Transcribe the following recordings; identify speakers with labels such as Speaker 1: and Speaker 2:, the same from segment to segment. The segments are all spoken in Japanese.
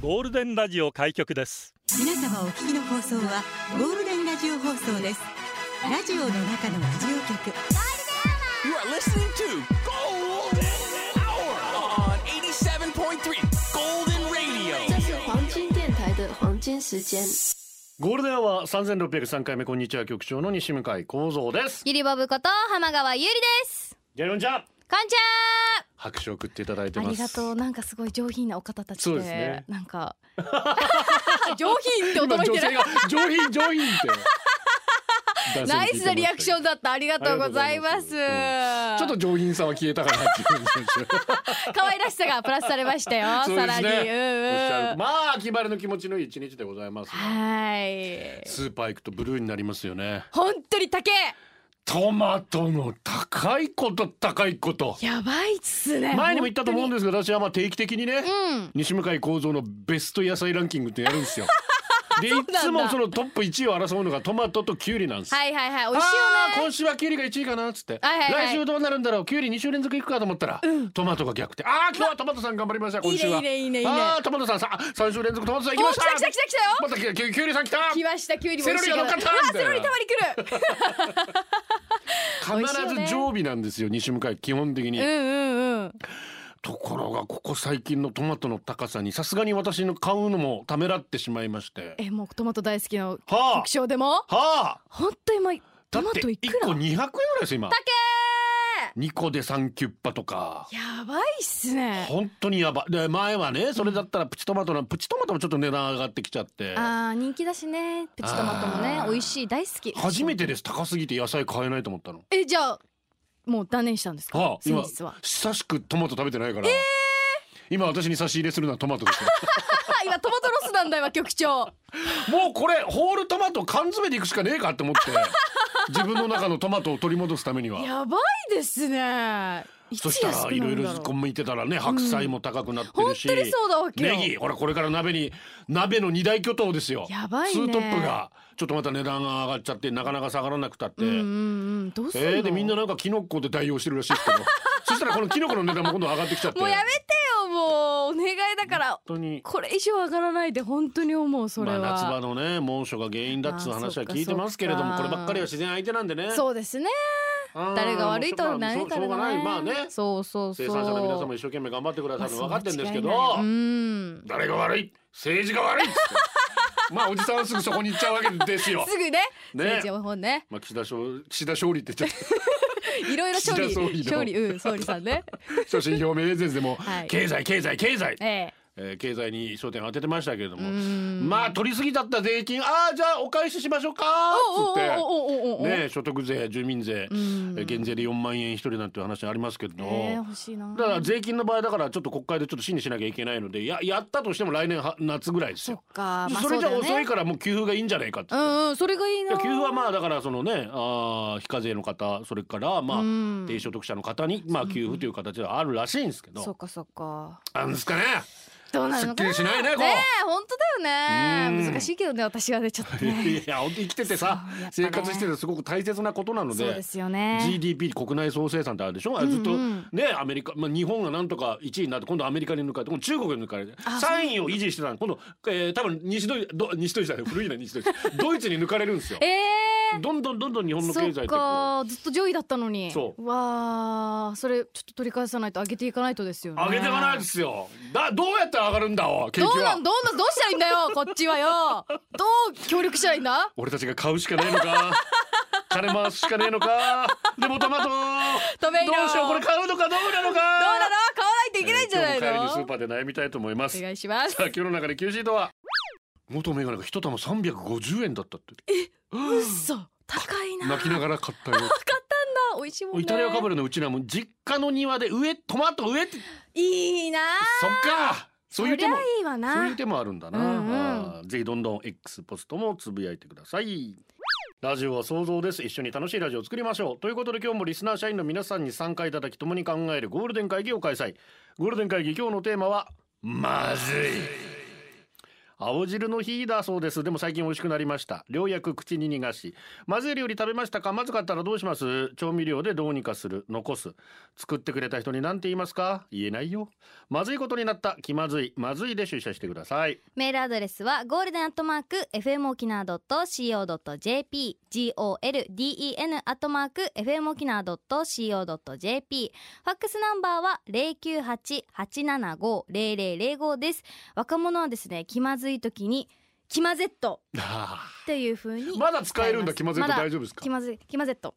Speaker 1: ゴールデンラジオ開局です
Speaker 2: 皆様お聞きの放送はゴールデンラジオ放送ですラジオの中のラジオ局
Speaker 3: You are listening to Golden Hour on 87.3 Golden Radio.
Speaker 4: 这是黄金电台的黄金时间。
Speaker 5: ゴールデンは三千六百三回目こんにちは局長の西向井光三です。
Speaker 6: ゆりぼぶこと浜川ゆりです
Speaker 5: やるんじゃ
Speaker 6: こんち
Speaker 5: 拍手を送っていただいて
Speaker 6: ゃ
Speaker 5: ます。
Speaker 6: ありがとうなんかすごい上品なお方たちで
Speaker 5: そうですね
Speaker 6: なん か上品って
Speaker 5: 今
Speaker 6: 驚い
Speaker 5: 女
Speaker 6: て
Speaker 5: 性
Speaker 6: る
Speaker 5: が上品上 品って。男性に聞いてました
Speaker 6: ナイスなリアクションだったありがとうござい
Speaker 5: ありが
Speaker 6: ます
Speaker 5: とうございますうんちょっと上品さは消えたかなっていう感じがし
Speaker 6: 可愛らしさがプラスされ ましたよ
Speaker 5: ますそう
Speaker 6: さ
Speaker 5: で
Speaker 6: ら
Speaker 5: す
Speaker 6: に
Speaker 5: ねおっし
Speaker 6: うん
Speaker 5: ゃ
Speaker 6: う
Speaker 5: る
Speaker 6: ん
Speaker 5: まあ秋晴れの気持ちのいい一日でございます。
Speaker 6: はい
Speaker 5: スーパー行くとブルーになりますよね。
Speaker 6: 本当に高え
Speaker 5: トマトの高いこと高いこと。
Speaker 6: やばいっすね
Speaker 5: 前にも言ったと思うん
Speaker 6: 本
Speaker 5: ですが私はまあ定期的にね、
Speaker 6: ん
Speaker 5: 西向井幸三のベスト野菜ランキングってやるんです よでい
Speaker 6: そうなんだ
Speaker 5: つもそのトップ1位を争うのがトマトとキュウリなんです、
Speaker 6: 当にはいはいはい美味しい
Speaker 5: あー
Speaker 6: よね
Speaker 5: 今週はキュウリが1位かなっつって、
Speaker 6: はいはいはい
Speaker 5: 来週どうなるんだろうキュウリ2週連続いくかと思ったら、トマトが逆転あー今日はトマトさん頑張りました今週はい
Speaker 6: いねいいねいいねいいね
Speaker 5: あートマトさんさ3週連続トマトさん行き
Speaker 6: お
Speaker 5: ま
Speaker 6: 来
Speaker 5: した
Speaker 6: 来た来た来たよ
Speaker 5: またキュキュウリさん来た
Speaker 6: 来ましたキュウリも美味しい
Speaker 5: セロリが
Speaker 6: けど
Speaker 5: 乗っかった
Speaker 6: うわ
Speaker 5: みたいな
Speaker 6: セロリたまに来る美味しいよね
Speaker 5: 必ず常備なんですよ西向井基本的に、
Speaker 6: うんうんうん
Speaker 5: ところがここ最近のトマトの高さにさすがに私の買うのもためらってしまいまして
Speaker 6: えもうトマト大好きの
Speaker 5: は
Speaker 6: 特徴でも
Speaker 5: あはあ
Speaker 6: 本当今
Speaker 5: だ
Speaker 6: ト
Speaker 5: っ
Speaker 6: マ
Speaker 5: て
Speaker 6: トいく
Speaker 5: 1個
Speaker 6: ら
Speaker 5: 200円ぐらいですよ今
Speaker 6: け
Speaker 5: 2個で3キュッパとか
Speaker 6: やばいっすね
Speaker 5: 本当にやばいで前はねそれだったらプチトマトのプチトマトもちょっと値段上がってきちゃって
Speaker 6: あー人気だしねプチトマトもね
Speaker 5: あー
Speaker 6: 美味しい大好き
Speaker 5: 初めてです高すぎて野菜買えないと思ったの
Speaker 6: えじゃあもう断念したんですか、
Speaker 5: はあ
Speaker 6: 先
Speaker 5: 今
Speaker 6: 日は
Speaker 5: 久しくトマト食べてないから今私に差し入れするのはトマトですよ
Speaker 6: あ今トマトロスなんだ今局長
Speaker 5: もうこれホールトマト缶詰でいくしかねえかって思って 自分の中のトマトを取り戻すためには
Speaker 6: やばいですねい
Speaker 5: そし
Speaker 6: つ
Speaker 5: た
Speaker 6: 安
Speaker 5: ら
Speaker 6: く
Speaker 5: い
Speaker 6: な
Speaker 5: ろい
Speaker 6: るん
Speaker 5: ろ
Speaker 6: だろう
Speaker 5: 向いてたらね白菜も高くなって
Speaker 6: 本
Speaker 5: るし、
Speaker 6: 当にそうだわけよ
Speaker 5: ネギほらこれから鍋に鍋の二大巨頭ですよ
Speaker 6: やばいね
Speaker 5: ツートップがちょっとまた値段が上がっちゃってなかなか下がらなくたって、
Speaker 6: うんうんうんどうす
Speaker 5: え
Speaker 6: るの、
Speaker 5: ーでみんななんかキノコで代用してるらしいですけど そしたらこのキノコの値段も今度上がってきちゃって
Speaker 6: もうやめてよもうお願いだから
Speaker 5: 本当に
Speaker 6: これ以上上がらないで本当に思うそれ
Speaker 5: ま
Speaker 6: は、
Speaker 5: あ、夏場のね猛暑が原因だっつう
Speaker 6: まあ
Speaker 5: 話
Speaker 6: そ
Speaker 5: は
Speaker 6: っか
Speaker 5: 聞いてますけれども
Speaker 6: そっ
Speaker 5: こ
Speaker 6: か
Speaker 5: ればっかりは自然相手なんでね
Speaker 6: そうですね
Speaker 5: あー
Speaker 6: 誰が悪いとは
Speaker 5: まあ
Speaker 6: な
Speaker 5: しょ
Speaker 6: いう
Speaker 5: し
Speaker 6: から
Speaker 5: ょう
Speaker 6: ね
Speaker 5: がないまあね
Speaker 6: そうそうそ
Speaker 5: 生
Speaker 6: う
Speaker 5: 産者の皆さんも一生懸命頑張ってくださるの分かってるんですけど、
Speaker 6: まあそう間違いないうん
Speaker 5: 誰が悪い政治が悪いっつってまあおじさんはすぐそこに行っちゃうわけです よ
Speaker 6: すぐね
Speaker 5: ね
Speaker 6: 政治の方ね
Speaker 5: まあ岸田勝岸田勝利って言っちゃっ
Speaker 6: いろいろ勝利
Speaker 5: 岸田総理の
Speaker 6: 勝利うん総理さんね
Speaker 5: た所信表明演説でも、
Speaker 6: はい
Speaker 5: 経済経済経済、え
Speaker 6: ええ
Speaker 5: ー経済に焦点を当ててましたけれども
Speaker 6: ん
Speaker 5: まあ取り過ぎだった税金ああじゃあお返ししましょうか
Speaker 6: おう
Speaker 5: っつっ
Speaker 6: おうおうおうおうおう
Speaker 5: てね所得税住民税、え
Speaker 6: ん
Speaker 5: ー減税で4万円一人なんていう話ありますけど、
Speaker 6: ええ欲しいな
Speaker 5: だから税金の場合だからちょっと国会でちょっと審議しなきゃいけないのでややったとしても来年は夏ぐらいです
Speaker 6: そっ
Speaker 5: よ。
Speaker 6: かまあ
Speaker 5: それじゃ
Speaker 6: うだよね
Speaker 5: 遅いからもう給付がいいんじゃないかって。
Speaker 6: うんうんそれがいいな
Speaker 5: 給付はまあだからそのねあー非課税の方それからまあ
Speaker 6: うん
Speaker 5: 低所得者の方にまあ給付という形ではあるらしいんですけ
Speaker 6: そっ
Speaker 5: ど
Speaker 6: かそっか
Speaker 5: あんですかね
Speaker 6: どうなるのかな
Speaker 5: すっきりしないねこう
Speaker 6: え本当だよ
Speaker 5: う
Speaker 6: ね
Speaker 5: ん
Speaker 6: 難しいけどね私はねちょっとね
Speaker 5: いや本当生きててさ
Speaker 6: そうやっぱ
Speaker 5: 生
Speaker 6: ね
Speaker 5: 活しててすごく大切なことなの
Speaker 6: そう
Speaker 5: で
Speaker 6: ですよね
Speaker 5: GDP 国内総生産ってあるでしょあれずっと
Speaker 6: うんうん
Speaker 5: ねアメリカまあ日本がなんとか1位になって今度アメリカに抜かれて今度中国に抜かれて
Speaker 6: あ
Speaker 5: 3位を維持してたの今度えー多分西ドイど西ドイツだよ古いな西ドイツドイツに抜かれるんですよ
Speaker 6: ええ
Speaker 5: どんどんどんどん日本の経済
Speaker 6: そ
Speaker 5: っ
Speaker 6: って
Speaker 5: こう
Speaker 6: かずっと上位だったのに
Speaker 5: そう
Speaker 6: わあそれちょっと取り返さないと上げていかないとですよね
Speaker 5: 上げていかないですよだどうやって上がるんだお景気
Speaker 6: どうな
Speaker 5: は
Speaker 6: んどうなんどうしたらいいんだよこっちはよどう協力したらいいんだ
Speaker 5: 俺たちが買うしかねえの か金回すしかねえのかでもトマト
Speaker 6: トメイロ
Speaker 5: どうしようこれ買うのかどうなのかどう
Speaker 6: どうなの買わないといけないんじゃないの、
Speaker 5: 今日も帰りにスーパーで悩みたいと思います
Speaker 6: お
Speaker 5: さ
Speaker 6: 願いします
Speaker 5: あ今日の中で Q シートは元メガネが一玉350円だったって
Speaker 6: 嘘高いな
Speaker 5: 泣きながら買 ったよ
Speaker 6: 美味しいもんね
Speaker 5: イタリアかぶれのうちなも実家の庭で植えトマト植えて
Speaker 6: いいな
Speaker 5: そっかそういう
Speaker 6: そり
Speaker 5: 手
Speaker 6: ゃ
Speaker 5: も
Speaker 6: いいわ
Speaker 5: そうい
Speaker 6: な
Speaker 5: う手もあるんだな、
Speaker 6: うんうん
Speaker 5: あーぜひどんどん X ポストもつぶやいてくださいラジオは想像です一緒に楽しいラジオを作りましょうということで今日もリスナー社員の皆さんに参加いただき共に考えるゴールデン会議を開催ゴールデン会議今日のテーマはまずい青汁の日だそうですでも最近美味しくなりましたようやく口に逃がし混ぜるより食べましたかまずかったらどうします調味料でどうにかする残す作ってくれた人に何て言いますか言えないよまずいことになった気まずいまずいで出社してください
Speaker 6: メールアドレスはゴールデンアットマーク FM 沖縄 .co.jp golden アットマーク FM 沖縄 .co.jp ファックスナンバーは098-875-0005です若者はですね気まずい時に気まぜっとっていう風に
Speaker 5: まだ使えるんだ気まずいと大丈夫ですか
Speaker 6: 気まずい気まぜっと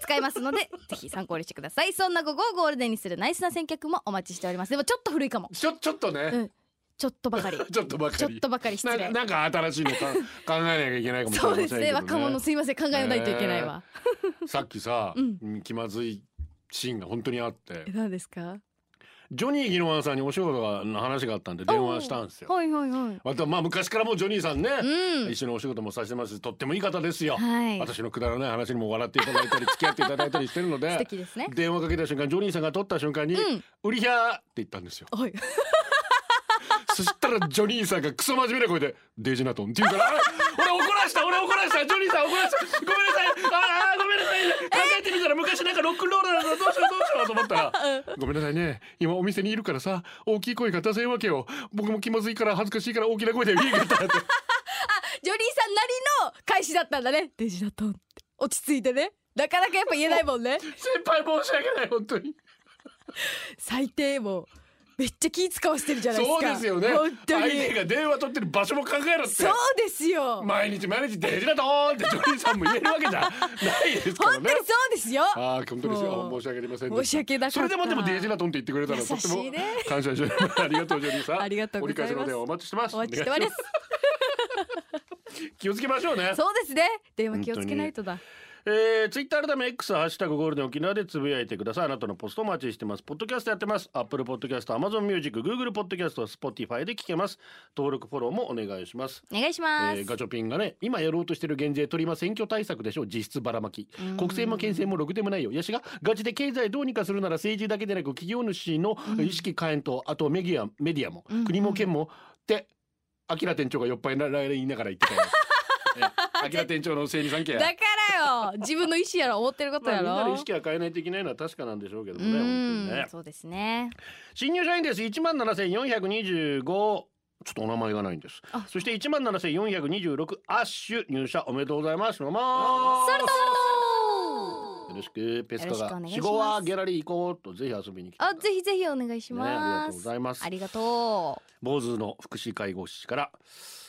Speaker 6: 使います のでぜひ参考にしてくださいそんな午後をゴールデンにするナイスな選曲もお待ちしておりますでもちょっと古いかも
Speaker 5: ちょちょっとね、
Speaker 6: うんちょっとばかり
Speaker 5: ちょっとばかり
Speaker 6: ちょっとばかり失
Speaker 5: な
Speaker 6: 礼
Speaker 5: なんか新しいの か考えなきゃいけないかもしれ
Speaker 6: そ
Speaker 5: ませ
Speaker 6: うで
Speaker 5: んけ
Speaker 6: す
Speaker 5: ど
Speaker 6: ね若者すいません考えないといけないわ、
Speaker 5: さっきさ、
Speaker 6: うん
Speaker 5: 気まずいシーンが本当にあって
Speaker 6: え何ですか
Speaker 5: ジョニー・ギノワンさんにお仕事がの話があったんで電話したんですよ。
Speaker 6: はいはいはい
Speaker 5: あとはまあ昔からもうジョニーさんね、
Speaker 6: うん
Speaker 5: 一緒にお仕事もさせてますしとってもいい方ですよ、
Speaker 6: はい
Speaker 5: 私のくだらない話にも笑っていただいたり 付き合っていただいたりしてるの
Speaker 6: 素
Speaker 5: で
Speaker 6: 敵ですね
Speaker 5: 電話かけた瞬間ジョニーさんが取った瞬間に
Speaker 6: うん。
Speaker 5: 「ウリヒャー」って言ったんですよ
Speaker 6: はい
Speaker 5: そしたらジョニーさんがクソ真面目な声で「デイジナトン」って言うからあ「俺怒らした俺怒らしたジョニーさん怒らしたごめんなさいああごめんなさい考えてみたら昔なんかロックンロールだったどうしようどうしよう」と思ったら「ごめんなさいね今お店にいるからさ大きい声が出せんわけよ僕も気まずいから恥ずかしいから大きな声で言えんかった」って
Speaker 7: ジョリーさんなりの返しだったんだねデジだと落ち着いてねなかなかやっぱ言えないもんね
Speaker 5: 先輩申し訳ない本当に
Speaker 7: 最低もうめっちゃ気使わせてるじゃないです
Speaker 5: そう
Speaker 7: か
Speaker 5: ですよね
Speaker 7: 本当
Speaker 5: 相
Speaker 7: に
Speaker 5: 手が電話取ってる場所も考えろって
Speaker 7: そうですよ本
Speaker 5: 毎日毎日「デイジナトン」ってジョニーさんも言えるわけじゃないですから
Speaker 7: 当に
Speaker 5: ね
Speaker 7: そうですよ
Speaker 5: ああ本当ですよ
Speaker 7: もう
Speaker 5: 申し訳ありませんでした
Speaker 7: 申し訳なかった
Speaker 5: それでもでもデイジナトンって言ってくれたらと
Speaker 7: 優
Speaker 5: って
Speaker 7: し
Speaker 5: も
Speaker 7: いね
Speaker 5: 感謝しておりますありがとうジョニーさ ん
Speaker 7: ありがとうございます
Speaker 5: 折り返しの電話 お待ちしてます
Speaker 7: お待ちしております
Speaker 5: 気をつけましょう ね
Speaker 7: そうですね電話気をつけないとだ
Speaker 5: えー、ツイッター改め X ハッシュタグゴールデン沖縄でつぶやいてくださいあなたのポストお待ちしてますポッドキャストやってますアップルポッドキャストアマゾンミュージックグーグルポッドキャストスポティファイで聞けます登録フォローもお願いします
Speaker 6: お願いします、
Speaker 5: えーガチョピンがね今やろうとしてる減税取りま選挙対策でしょ実質ばらまき国政も県政もろくでもないよやしがガチで経済どうにかするなら政治だけでなく企業主の意識変えんと、あとメディアメディアも、国も県もってアキラ店長が酔っ払いながら言いながら言ってたよねアキラ店長の政治産経
Speaker 7: だからよ自分の意思やろ思ってること
Speaker 5: まあ、
Speaker 7: や
Speaker 5: みん
Speaker 7: ろ、
Speaker 5: なの意識は変えないといけないのは確かなんでしょうけどもね
Speaker 6: う
Speaker 5: 本
Speaker 6: ん
Speaker 5: 当にね
Speaker 6: そうですね
Speaker 5: 新入社員です1万7425ちょっとお名前がないんです
Speaker 6: あ
Speaker 5: そして1万7426アッシュ入社おめでとうございますどうも
Speaker 6: サルト
Speaker 5: よろしくペスカ
Speaker 6: よろしくお願
Speaker 5: が
Speaker 6: いしま
Speaker 5: 死
Speaker 6: す
Speaker 5: 後はギャラリー行こうとぜひ遊びに来てくだ
Speaker 6: あ
Speaker 5: さい
Speaker 6: ぜひぜひお願いし
Speaker 5: ねありがと
Speaker 6: ま
Speaker 5: うご
Speaker 6: す、
Speaker 5: ざいます
Speaker 6: ありがとう
Speaker 5: 坊主の福祉介護士から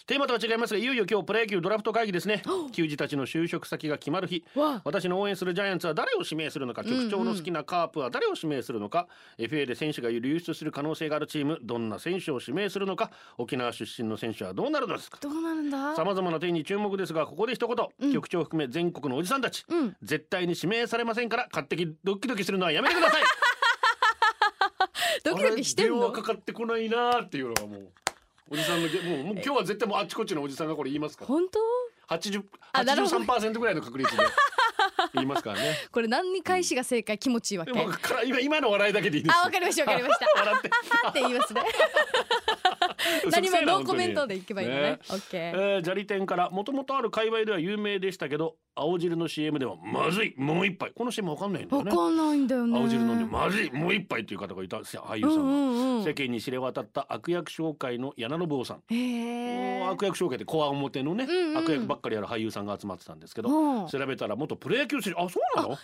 Speaker 5: テーマとは違いますがいよいよ今日プロ野球ドラフト会議です ね球児たちの就職先が決まる日
Speaker 7: わ
Speaker 5: 私の応援するジャイアンツは誰を指名するのか局長の好きなカープは誰を指名するのか、FA で選手が流出する可能性があるチームどんな選手を指名するのか沖縄出身の選手はどうなるのですか
Speaker 7: どうなるんだ
Speaker 5: さまざまな点に注目ですがここで一言、局長含め全国のおじさんたち、
Speaker 6: うん
Speaker 5: 絶対に指名されませんから勝手にドキドキするのはやめてください
Speaker 7: ドキドキしてる
Speaker 5: あれ電
Speaker 7: の
Speaker 5: 話かかってこないなーっていうのがもうおじさんのげ もうもう今日は絶対もうあっちこっちのおじさんがこれ言いますから
Speaker 7: 本当
Speaker 5: 80
Speaker 7: あなるほど
Speaker 5: 83%ぐらいの 確率で言いますからね
Speaker 7: これ何に返しが正解気持ちいいわけ
Speaker 5: でもから今今の笑いだけでいいです
Speaker 7: あわかりましたわかりました
Speaker 5: 笑って
Speaker 7: あって言います ね 何もノーコメントでいけばいいのねオッケ
Speaker 5: え
Speaker 7: ー
Speaker 5: ー、砂利店からもともとある界隈では有名でしたけど青汁の CM ではまずいもう一杯この CM わかんないんだよ
Speaker 7: わ
Speaker 5: ね
Speaker 7: かんないんだよね
Speaker 5: 青汁飲んでまずいもう一杯という方がいたんですよ俳優
Speaker 7: う
Speaker 5: さんが、
Speaker 7: んうんうん
Speaker 5: 世間に知れ渡った悪役紹介の柳信夫さん、
Speaker 7: へえ
Speaker 5: もう悪役紹介でコア表のね、
Speaker 6: うんうん
Speaker 5: 悪役ばっかりやる俳優さんが集まってたんですけど、
Speaker 6: うん
Speaker 5: 調べたら元プロ野球選手あそうなの
Speaker 7: へ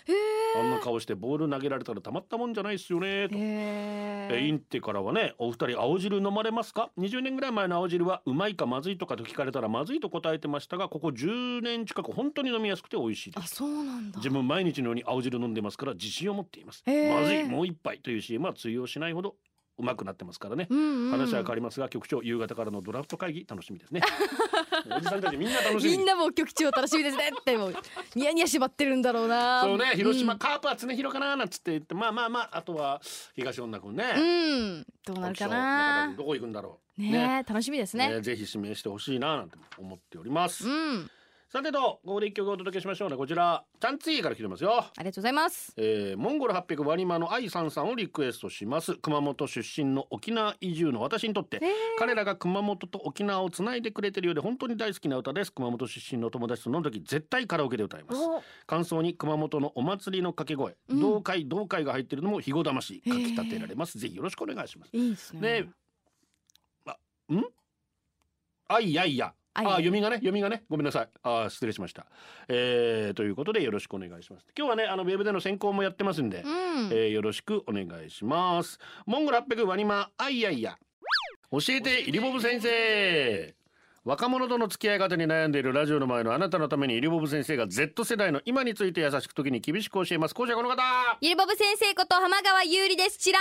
Speaker 5: あんな顔してボール投げられたらたまったもんじゃないですよねと
Speaker 7: え。へ
Speaker 5: えインテからはねお二人青汁飲まれますか20年ぐらい前の青汁はうまいかまずいとかと聞かれたらまずいと答えてましたがここ10年近く本当に飲みやすくて美味しいで
Speaker 7: あ
Speaker 5: す
Speaker 7: そうなんだ
Speaker 5: 自分毎日のように青汁飲んでますから自信を持っています、
Speaker 7: へー
Speaker 5: まずいもう一杯という CM は通用しないほどうまくなってますからね、
Speaker 6: うん、うん、
Speaker 5: 話は変わりますが局長夕方からのドラフト会議楽し みですねおじさんたちみんな楽しみ
Speaker 7: みんなもう局長楽しみですねって もうニヤニヤ縛ってるんだろうな
Speaker 5: そうね広島、
Speaker 7: うん
Speaker 5: カープは常広かななんつって言ってまあまあまああとは東女君ね、
Speaker 7: うんどうなるかな
Speaker 5: どこ行くんだろう
Speaker 7: ねえ楽しみですね
Speaker 5: ね、ぜひ指名してほしいななんて思っております、
Speaker 7: うん
Speaker 5: さてとここで一曲お届けしましょうねこちらチャンツィーから来てますよ
Speaker 7: ありがとうございます
Speaker 5: えーモンゴル800割り間の愛さんさんをリクエストします熊本出身の沖縄移住の私にとって、彼らが熊本と沖縄をつないでくれてるようで本当に大好きな歌です熊本出身の友達と飲んだ時絶対カラオケで歌います感想に熊本のお祭りの掛け声、
Speaker 7: うん
Speaker 5: 同会同会が入ってるのもひごだまし書き立てられます、ぜひよろしくお願いします
Speaker 7: いいです
Speaker 5: で、あ、んあいやいや。あ
Speaker 7: あいやいや
Speaker 5: 読みがね、読みがね。ごめんなさい。あ失礼しました。えーということでよろしくお願いします。今日はね、あの、ウェブでの選考もやってますんで、
Speaker 6: うん
Speaker 5: えーよろしくお願いします。モンゴル800ワニマ、あいやいや。教えて、イリボブ先生。若者との付き合い方に悩んでいるラジオの前のあなたのためにイリボブ先生が Z 世代の今について優しく時に厳しく教えます。講師はこの方よ
Speaker 6: ゆりぼぶ先生こと浜川優里ですちら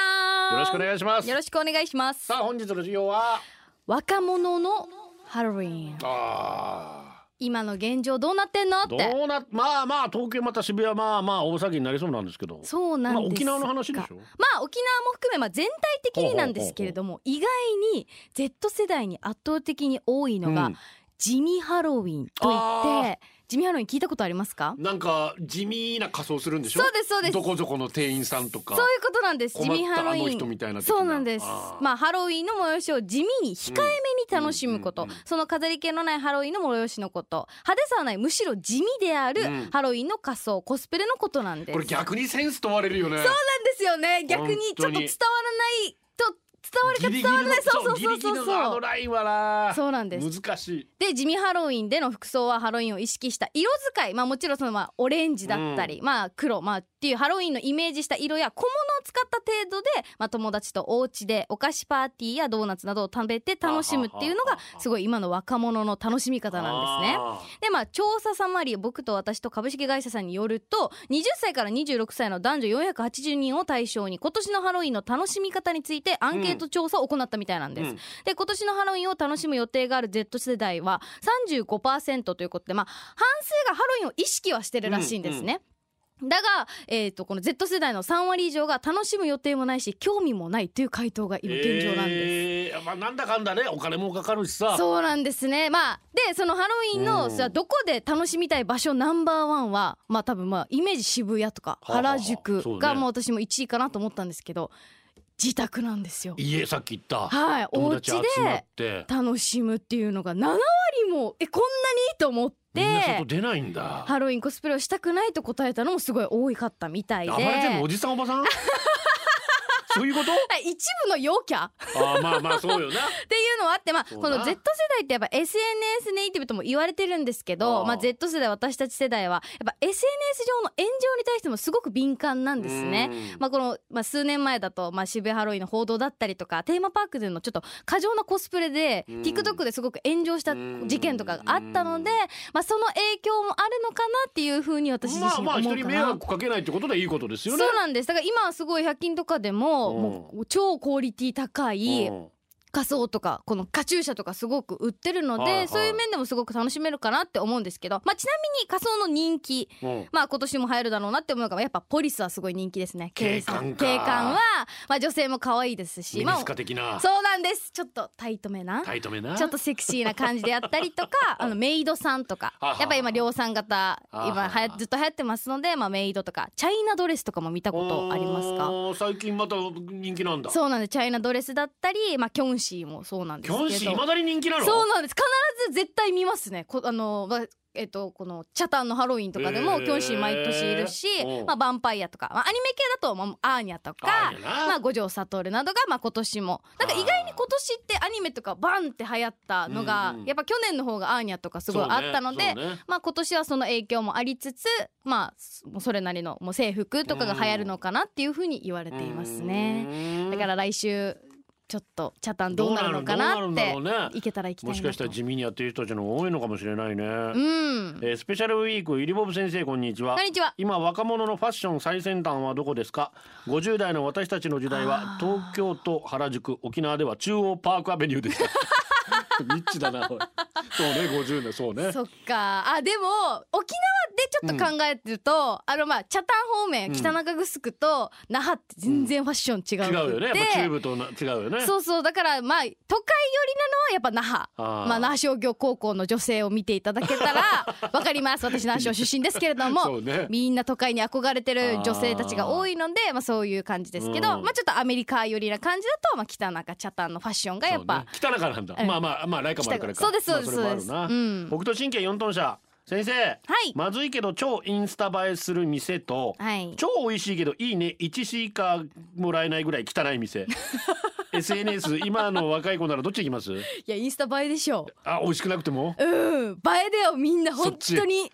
Speaker 6: ーん
Speaker 5: ろしくお願いします
Speaker 6: よ。ろしくお願いします
Speaker 5: さあ、本日の授業は
Speaker 6: 若者のハロウィン
Speaker 5: あー。
Speaker 6: 今の現状どうなってんのって
Speaker 5: どうなまあまあ東京また渋谷まあまあ大騒ぎになりそうなんですけど
Speaker 6: そうなん
Speaker 5: まあ
Speaker 6: です
Speaker 5: 沖縄の話でし
Speaker 6: が
Speaker 5: ょ
Speaker 6: まあ沖縄も含めまあ全体的になんですけれども意外に Z 世代に圧倒的に多いの
Speaker 5: う
Speaker 6: が
Speaker 5: ん
Speaker 6: 地味ハロウィンといって地味ハロウィン聞いたことありますか
Speaker 5: なんか地味な仮装するんでしょ
Speaker 6: そうですそうです
Speaker 5: どこどこの店員さんとか
Speaker 6: そういうことなんです地
Speaker 5: 困っ
Speaker 6: 味ハ
Speaker 5: た
Speaker 6: ロ
Speaker 5: あ
Speaker 6: ウ
Speaker 5: の
Speaker 6: ィ
Speaker 5: 人
Speaker 6: ン
Speaker 5: みたいな的な
Speaker 6: そうなんです
Speaker 5: あー
Speaker 6: まあハロウィンの催しを地味に控えめに楽しむこと、
Speaker 5: うんうんうん
Speaker 6: その飾り気のないハロウィンの催しのこと派手さはないむしろ地味である
Speaker 5: うん
Speaker 6: ハロウィンの仮装コスプレのことなんです
Speaker 5: これ逆にセンス問われるよねそう
Speaker 7: なんですよね
Speaker 5: 逆にちょっと伝わらない
Speaker 6: と伝わるか伝わらないそうそう
Speaker 5: ギリギリ
Speaker 6: そう
Speaker 5: の
Speaker 6: そう
Speaker 5: あのラインはな
Speaker 6: そうなんです
Speaker 5: 難しい
Speaker 6: で地味ハロウィンでの服装はハロウィンを意識した色使いまあもちろんそのまあオレンジだったり、まあ黒まあっていうハロウィンのイメージした色や小物を使った程度で、まあ、友達とお家でお菓子パーティーやドーナツなどを食べて楽しむっていうの
Speaker 5: は
Speaker 6: が
Speaker 5: あはあはあ
Speaker 6: すごい今の若者の楽しみ方なんですね。
Speaker 5: あ
Speaker 6: でまあ調査サマリー僕と私と株式会社さんによると20歳から26歳の男女480人を対象に今年のハロウィンの楽しみ方についてアンケート調査を行ったみたいなんです、
Speaker 5: うん
Speaker 6: で今年のハロウィンを楽しむ予定がある Z 世代は35%ということでまあ半数がハロウィンを意識はしてるらしいんですね、だが、えー、とこの Z 世代の3割以上が楽しむ予定もないし興味もないという回答が今現状なんです、
Speaker 5: えーまあなんだかんだねお金もかかるし さ
Speaker 6: そうなんですね。まあでそのハロウィンの、
Speaker 5: うん
Speaker 6: じゃあどこで楽しみたい場所ナンバーワンはまあ多分まあイメージ渋谷とか
Speaker 5: はあはあ
Speaker 6: 原
Speaker 5: そう
Speaker 6: 宿
Speaker 5: ね
Speaker 6: がもう私も1位かなと思ったんですけど、自宅なんですよ。
Speaker 5: 家さっき言った
Speaker 6: はい、お
Speaker 5: 友
Speaker 6: 家
Speaker 5: 達集まっ
Speaker 6: で
Speaker 5: て
Speaker 6: 楽しむっていうのが7割もえこんなにと思っ
Speaker 5: みんな外
Speaker 6: て。
Speaker 5: 出ないんだ
Speaker 6: ハロウィンコスプレをしたくないと答えたのもすごい多かったみたいで
Speaker 5: 暴れてるのおじさんおば さんそういうこと
Speaker 6: はい一部の陽キャ
Speaker 5: あーまあまあそうよな
Speaker 6: っていうのはあってまあ
Speaker 5: そう
Speaker 6: こ
Speaker 5: だ
Speaker 6: の Z 世代ってやっぱ SNS ネイティブとも言われてるんですけ
Speaker 5: あ
Speaker 6: ど
Speaker 5: ー
Speaker 6: まあ Z 世代私たち世代はやっぱ SNS 上の炎上に対してもすごく敏感なんですね。
Speaker 5: うん
Speaker 6: まあこのまあ、数年前だと、まあ、渋谷ハロウィンの報道だったりとかテーマパークでのちょっと過剰なコスプレで
Speaker 5: うん
Speaker 6: TikTok ですごく炎上した事件とかがあったので
Speaker 5: う、
Speaker 6: まあ、その影響もあるのかなっていうふうに私自身
Speaker 5: ま
Speaker 6: は
Speaker 5: あまあ
Speaker 6: 思
Speaker 5: 人
Speaker 6: う
Speaker 5: に
Speaker 6: か
Speaker 5: 迷
Speaker 6: な
Speaker 5: 惑かけないってことでいいことですよね
Speaker 6: そうなんですだから今はすごい100均とかでも,、
Speaker 5: うん
Speaker 6: もう超クオリティ高い、
Speaker 5: うん
Speaker 6: 仮装とかこのカチューシャとかすごく売ってるので、
Speaker 5: はいはい
Speaker 6: そういう面でもすごく楽しめるかなって思うんですけど、まあ、ちなみに仮装の人気
Speaker 5: うん
Speaker 6: まあ今年も流行るだろうなって思うからやっぱポリスはすごい人気ですね
Speaker 5: 警官か
Speaker 6: 警官は、まあ、女性も可愛いですし
Speaker 5: ミ
Speaker 6: ま
Speaker 5: ニ
Speaker 6: あ
Speaker 5: スカ的な
Speaker 6: そうなんですちょっとタイトめな
Speaker 5: タイトめな
Speaker 6: ちょっとセクシーな感じであっ たりとかあのメイドさんとか
Speaker 5: はは
Speaker 6: やっぱ今量産型
Speaker 5: はは
Speaker 6: 今はやずっと流行ってますので、まあ、メイドとかチャイナドレスとかも見たことありますか
Speaker 5: おー最近また人気なんだ
Speaker 6: そうなんですチャイナドレスだったり、まあ、キョンシーもそうなんで
Speaker 5: キ
Speaker 6: すけど
Speaker 5: ョンシーいまだに人気なの
Speaker 6: そうなんです必ず絶対見ますねこあのまえっと、このチャタンのハロウィンとかで
Speaker 5: へ
Speaker 6: も
Speaker 5: ー
Speaker 6: キョンシー毎年いるし、
Speaker 5: うん
Speaker 6: まあ、ヴァンパイアとか、まあ、アニメ系だと、まあ、アーニャと
Speaker 5: アー
Speaker 6: か
Speaker 5: ニャな
Speaker 6: まあ、五条悟などが、まあ、今年もなんか意外に今年ってアニメとかバンって流行ったのが、
Speaker 5: うんうん
Speaker 6: やっぱ去年の方がアーニャとかすごいあったので、
Speaker 5: そうねそうね
Speaker 6: まあ、今年はその影響もありつつ、まあ、そもうそれなりのもう制服とかが流行るのかなっていうふうに言われていますね。
Speaker 5: うん
Speaker 6: だから来週ちょっとチャタンどうなるのかな
Speaker 5: どうなる
Speaker 6: って
Speaker 5: んだろうね
Speaker 6: いけたら行きたいな
Speaker 5: もし
Speaker 6: と
Speaker 5: かしたら地味にやってる人たちの方が多いのかもしれないね
Speaker 6: うん
Speaker 5: えースペシャルウィークイリボブ先生こんにちは
Speaker 6: こんにちは
Speaker 5: 今若者のファッション最先端はどこですか50代の私たちの時代は東京都原宿沖縄では中央パークアベニューでした ニッチだなおいそうね50代そうね
Speaker 6: そっかあでも沖縄でちょっと考えてると、あのまあ北谷方面
Speaker 5: うん
Speaker 6: 北中城と那覇って全然ファッション違う
Speaker 5: 違うよねやっ
Speaker 6: で
Speaker 5: ぱチューブとな違うよね
Speaker 6: そうそうだからまあ都会寄りなのはやっぱ那覇
Speaker 5: あー
Speaker 6: まあ那覇商業高校の女性を見ていただけたらわかります私那覇商出身ですけれど
Speaker 5: そ
Speaker 6: も、
Speaker 5: うね
Speaker 6: みんな都会に憧れてる女性たちが多いのでまあそういう感じですけど、
Speaker 5: うん
Speaker 6: まあちょっとアメリカ寄りな感じだとまあ北中北谷のファッションがやっぱ、
Speaker 5: そうね、北中なんだ、
Speaker 6: うん
Speaker 5: まあまあまあ来夏もあるからか
Speaker 6: 北中そうです
Speaker 5: まあ
Speaker 6: そうです
Speaker 5: れもあるな
Speaker 6: そうですうん
Speaker 5: 北斗神拳四トン車先生、
Speaker 6: はい
Speaker 5: まずいけど超インスタ映えする店と、
Speaker 6: はい
Speaker 5: 超美味しいけどいいね1シーカーもらえないぐらい汚い 店 SNS 今の若い子ならどっち行きます
Speaker 6: いやインスタ映えでしょ
Speaker 5: あ美味しくなくても
Speaker 6: ううん映えだよみんな
Speaker 5: そ
Speaker 6: 本
Speaker 5: っち
Speaker 6: 当に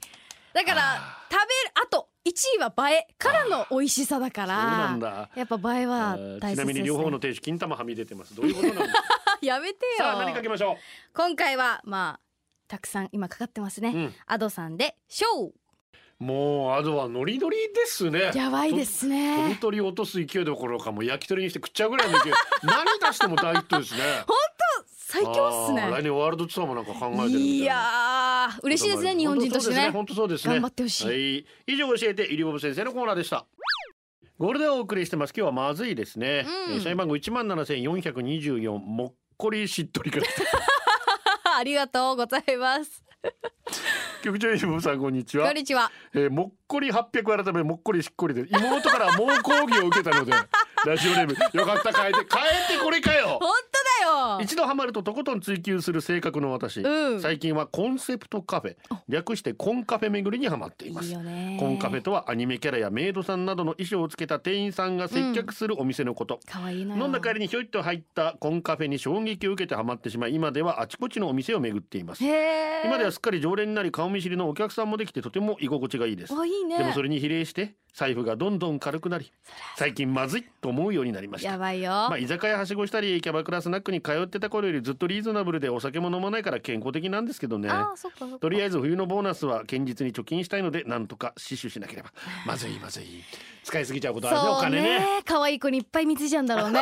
Speaker 6: だから食べるあと1位は映えからの美味しさだか
Speaker 5: そうな
Speaker 6: ら
Speaker 5: んだ
Speaker 6: やっぱ映えは
Speaker 5: えーち
Speaker 6: 大切です、ね、
Speaker 5: なみに両方の亭主金玉はみ出てますどういうことなんですか
Speaker 6: やめてよ
Speaker 5: さあ何かけましょう
Speaker 6: 今回はまあたくさん今かかってますね、
Speaker 5: うん
Speaker 6: アドさんでショ
Speaker 5: もうあとはノリノリですね
Speaker 6: ーやばいです
Speaker 5: 飛び
Speaker 6: ね
Speaker 5: 鳥落とす勢いどころかもう焼き鳥にして食っちゃうぐらいの 勢い何出しても大ヒットですね
Speaker 6: 最強っす
Speaker 5: あー
Speaker 6: ね
Speaker 5: 来年ワールドツアーもなんか考えてるみたい
Speaker 6: い
Speaker 5: な
Speaker 6: やー嬉しいですね日本人としてね
Speaker 5: 本当そうですね
Speaker 6: 頑張ってほしい
Speaker 5: はい、以上教えてイリボブ先生のコーナーでしたゴールデンをお送りしてます今日はまずいですね、
Speaker 6: うん
Speaker 5: えー社員番号17,424もっこりしっとり から
Speaker 6: ありがとうございます
Speaker 5: 局長イリボブさんこんにち
Speaker 6: こ
Speaker 5: は
Speaker 6: んにちは
Speaker 5: えー、もっこり800改めもっこりしっこりで妹から猛抗議を受けたの でラジオネームよかった変えて変えてこれかよ
Speaker 6: 本当だよ
Speaker 5: 一度ハマるととことん追求する性格の私、
Speaker 6: うん
Speaker 5: 最近はコンセプトカフェ略してコンカフェ巡りにハマっています
Speaker 6: いいよね
Speaker 5: コンカフェとはアニメキャラやメイドさんなどの衣装をつけた店員さんが接客するお店のこと、
Speaker 6: 可愛いのよ
Speaker 5: 飲んだ帰りにひょいっと入ったコンカフェに衝撃を受けてハマってしまい今ではあちこちのお店を巡っています
Speaker 6: へえ
Speaker 5: 今ではすっかり常連になり顔見知りのお客さんもできてとても居心地がいいです
Speaker 6: おいいね
Speaker 5: でもそれに比例して財布がどんどん軽くなり最近まずいと思うようになりました
Speaker 6: やばいよ、
Speaker 5: まあ、居酒屋はしごしたりキャバクラスナックに通ってた頃よりずっとリーズナブルでお酒も飲まないから健康的なんですけどね
Speaker 6: あーそっかそっか
Speaker 5: とりあえず冬のボーナスは堅実に貯金したいのでなんとか死守しなけれ ばまずいまずい使いすぎちゃうことあるねお
Speaker 6: そう
Speaker 5: 金ね
Speaker 6: ね可愛い子にいっぱい貢いじゃうんだ ろうね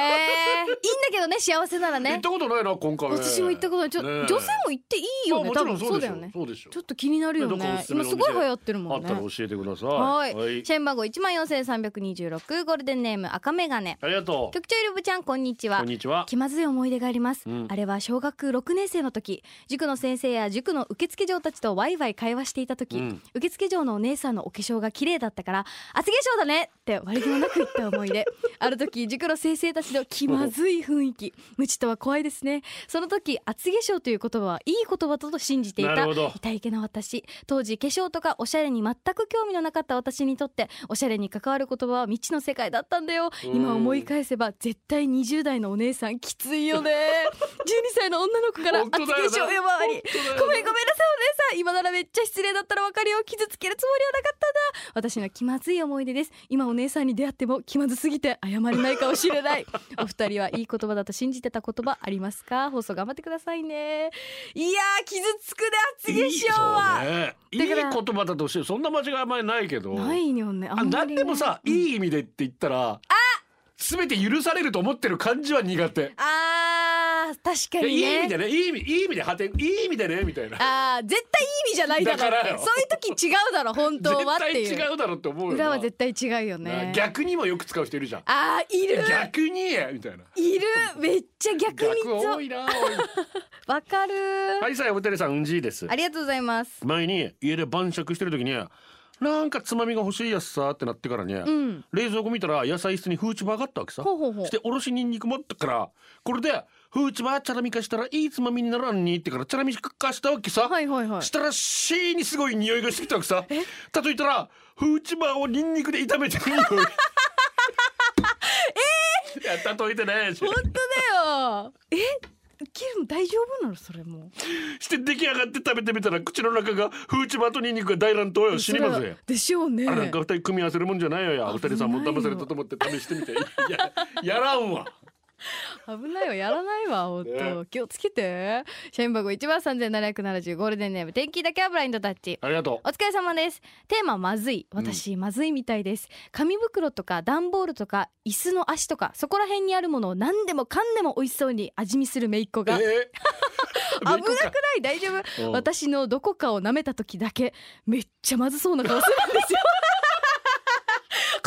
Speaker 6: いいんだけどね幸せなら
Speaker 5: 行っ
Speaker 6: ね
Speaker 5: たことないな今回
Speaker 6: 私も行ったことないちょ、
Speaker 5: ねえ
Speaker 6: 女性も行っていいよね
Speaker 5: あもち
Speaker 6: 多
Speaker 5: ろん
Speaker 6: 分そうだよ
Speaker 5: でしょ
Speaker 6: ね
Speaker 5: そうでしょ
Speaker 6: ちょっと気になるよ
Speaker 5: ねどこお
Speaker 6: ね
Speaker 5: すすめの
Speaker 6: 今
Speaker 5: お
Speaker 6: す
Speaker 5: 店
Speaker 6: ごい流行ってるも
Speaker 5: あ
Speaker 6: ん
Speaker 5: っ
Speaker 6: ね
Speaker 5: たら教えてください
Speaker 6: はい、
Speaker 5: はい
Speaker 6: 社員番号一万四千三百二十六ゴールデンネーム赤メガネ
Speaker 5: ありがとう
Speaker 6: 局長ゆるぶちゃんこんにちは
Speaker 5: こんにちは
Speaker 6: 気まずい思い出があります、
Speaker 5: うん
Speaker 6: あれは小学6年生の時塾の先生や塾の受付嬢たちとワイワイ会話していた時、
Speaker 5: うん
Speaker 6: 受付嬢のお姉さんのお化粧が綺麗だったから厚化粧だねって割り気もなく言った思 い出ある時塾の先生たちの気まずい雰囲気無知とは怖いですねその時厚化粧という言葉はいい言葉だと信じてい
Speaker 5: な
Speaker 6: た
Speaker 5: るほど
Speaker 6: 痛いけな私当時化粧とかおしゃれに全く興味のなかった私にとっておしゃれに関わる言葉は未知の世界だったんだよ今思い返せば絶対20代のお姉さんきついよ ね12歳の女の子から
Speaker 5: 本
Speaker 6: 厚化
Speaker 5: 当だよな
Speaker 6: 粧呼ばわり
Speaker 5: 本当だよな
Speaker 6: ごめんごめんなさいお姉さん今ならめっちゃ失礼だったらわかるよ傷つけるつもりはなかったんだ私の気まずい思い出です今お姉さんに出会っても気まずすぎて謝れないかもしれない お二人はいい言葉だと信じてた言葉ありますか放送頑張ってくださいねいやー傷つくね厚化粧は、
Speaker 5: いいそうねいい
Speaker 6: だから
Speaker 5: 言葉だとしてそんな間違いあんまりないけど
Speaker 6: ないよねあ
Speaker 5: あ
Speaker 6: んまり
Speaker 5: 何
Speaker 6: ね
Speaker 5: でもさ、いい意味でって言ったら全て許されると思ってる感じは苦手
Speaker 6: あー確か
Speaker 5: い
Speaker 6: に
Speaker 5: やいい意味で
Speaker 6: ね
Speaker 5: ねいい意味いい意味で果ていい意味でねみたいな
Speaker 6: あー絶対いい意味じゃないだろうっ
Speaker 5: だか
Speaker 6: て
Speaker 5: らよ
Speaker 6: そういう時違うだろ本当は
Speaker 5: 絶
Speaker 6: っ
Speaker 5: 対
Speaker 6: ていう
Speaker 5: 違うだろうって思うよな
Speaker 6: 裏は絶対違うよね
Speaker 5: な逆にもよく使う人いるじゃん
Speaker 6: あーいる
Speaker 5: 逆にみたいない
Speaker 6: るめっちゃ逆に
Speaker 5: 逆
Speaker 6: そ
Speaker 5: 多
Speaker 6: う
Speaker 5: いな
Speaker 6: わかる、
Speaker 5: はいさいおてるさんうんじいです
Speaker 6: ありがとうございます
Speaker 5: 前に家で晩酌してる時になんかつまみが欲しいやつさってなってからね、
Speaker 6: うん
Speaker 5: 冷蔵庫見たら野菜室にフーチバーがあったわけさ
Speaker 6: ほうほうほう
Speaker 5: しておろしにんにくもあったからこれでフーチバーチャラミ化したらいいつまみにならんにってからチャラミ化したわけさ、
Speaker 6: はいはいはい
Speaker 5: したらしにすごい匂いがしてきたわけさ例えたらフーチバーをニンニクで炒めてる 匂い ええや例えてね
Speaker 6: 本当だよえキルも大丈夫なのそれも
Speaker 5: して出来上がって食べてみたら口の中がフーチバーとニンニクが大乱闘よ死にま
Speaker 6: そ
Speaker 5: す
Speaker 6: れ
Speaker 5: よ
Speaker 6: はでしょうね
Speaker 5: あれなんか二人組み合わせるもんじゃないよやお二人さんも
Speaker 6: 危ないよ
Speaker 5: 騙されたと思って試してみていややらんわ
Speaker 6: 危ないわやらないわ本当、気をつけて社員箱1万3770ゴールデンネーム天気だけはブラインドタッチ
Speaker 5: ありがと
Speaker 6: お疲れ様ですテーマまずい私、まずいみたいです紙袋とか段ボールとか椅子の足とかそこら辺にあるものを何でもかんでも美味しそうに味見するめいっ子
Speaker 5: う。
Speaker 6: が、
Speaker 5: え
Speaker 6: 危なくない大丈夫
Speaker 5: ー
Speaker 6: 私のどこかを舐めた時だけめっちゃまずそうな顔するん ですよ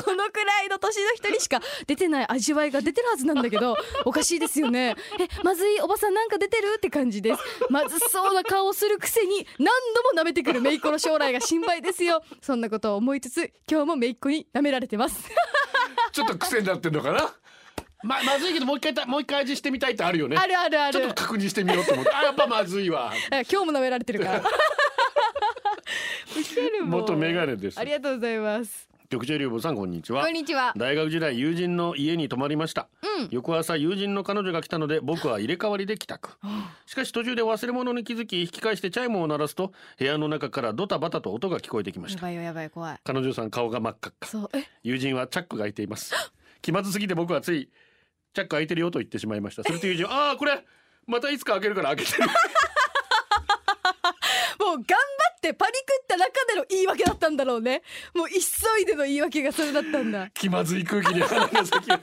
Speaker 6: このくらいの年の人にしか出てない味わいが出てるはずなんだけどおかしいですよねえまずいおばさんなんか出てるって感じですまずそうな顔をするくせに何度も舐めてくるめいっ子の将来が心配ですよそんなことを思いつつ今日もめいっ子に舐められてます
Speaker 5: ちょっと癖になってんのかな。ままずいけどもう一回たもう一回味してみたいってあるよね。
Speaker 6: あるあるあ
Speaker 5: ちょっ
Speaker 6: る
Speaker 5: と確認してみようと思って。あやっぱまずい わ。
Speaker 6: 今日も舐められてる からウケるもん
Speaker 5: 元メガネです
Speaker 6: あ。りがとうございます
Speaker 5: 局長流坊さんこんにちは
Speaker 6: こん。にちは
Speaker 5: 大学時代友人の家に泊まりました、翌朝友人の彼女が来たので僕は入れ替わりで帰宅しかし途中で忘れ物に気づき引き返してチャイムを鳴らすと部屋の中からドタバタと音が聞こえてきまし
Speaker 6: や
Speaker 5: た
Speaker 6: ばいよやばい怖い
Speaker 5: 彼女さん顔が真っ赤っか
Speaker 6: そうえ
Speaker 5: 友人はチャックが開いています 気まずすぎて僕はついチャック開いてるよと言ってしまいましたすると友人はああこれまたいつか開けるから開けてる
Speaker 6: もう頑張ってパニクった中での言い訳だったんだろうねもう急いでの言い訳がそれだったんだ
Speaker 5: 気まずい空気で鼻が先を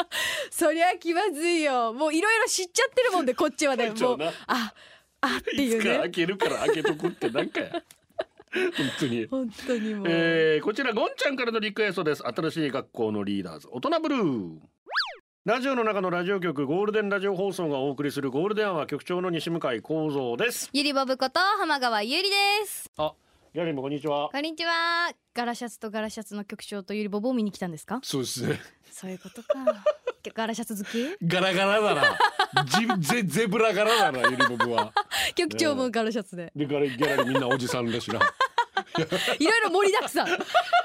Speaker 6: そりゃ気まずいよもういろいろ知っちゃってるもんでこっ ちはね
Speaker 5: 知っちゃ
Speaker 6: も
Speaker 5: う
Speaker 6: う
Speaker 5: な
Speaker 6: ああって
Speaker 5: い
Speaker 6: い
Speaker 5: つ
Speaker 6: う
Speaker 5: か
Speaker 6: ね
Speaker 5: 開けるから開けとくってなんかや本当に
Speaker 6: 本当にもう、
Speaker 5: えーこちらゴンちゃんからのリクエストです新しい学校のリーダーズ大人ブルーラジオの中のラジオ局ゴールデンラジオ放送がお送りするゴールデンは局長の西向井光三です
Speaker 6: ゆりぼぶこと浜川ゆりです
Speaker 5: あギャリーもこんにちは
Speaker 6: こんにちはガラシャツとガラシャツの局長とゆりぼぶを見に来たんですか
Speaker 5: そうですね
Speaker 6: そういうことか ガラシャツ好き
Speaker 5: ガラガラだなジゼゼブラガラだなゆりぼぶは
Speaker 6: 局長もガラシャツで
Speaker 5: でガラギャラリーみんなおじさんだしない
Speaker 6: ろいろ盛りだく さん盛りだ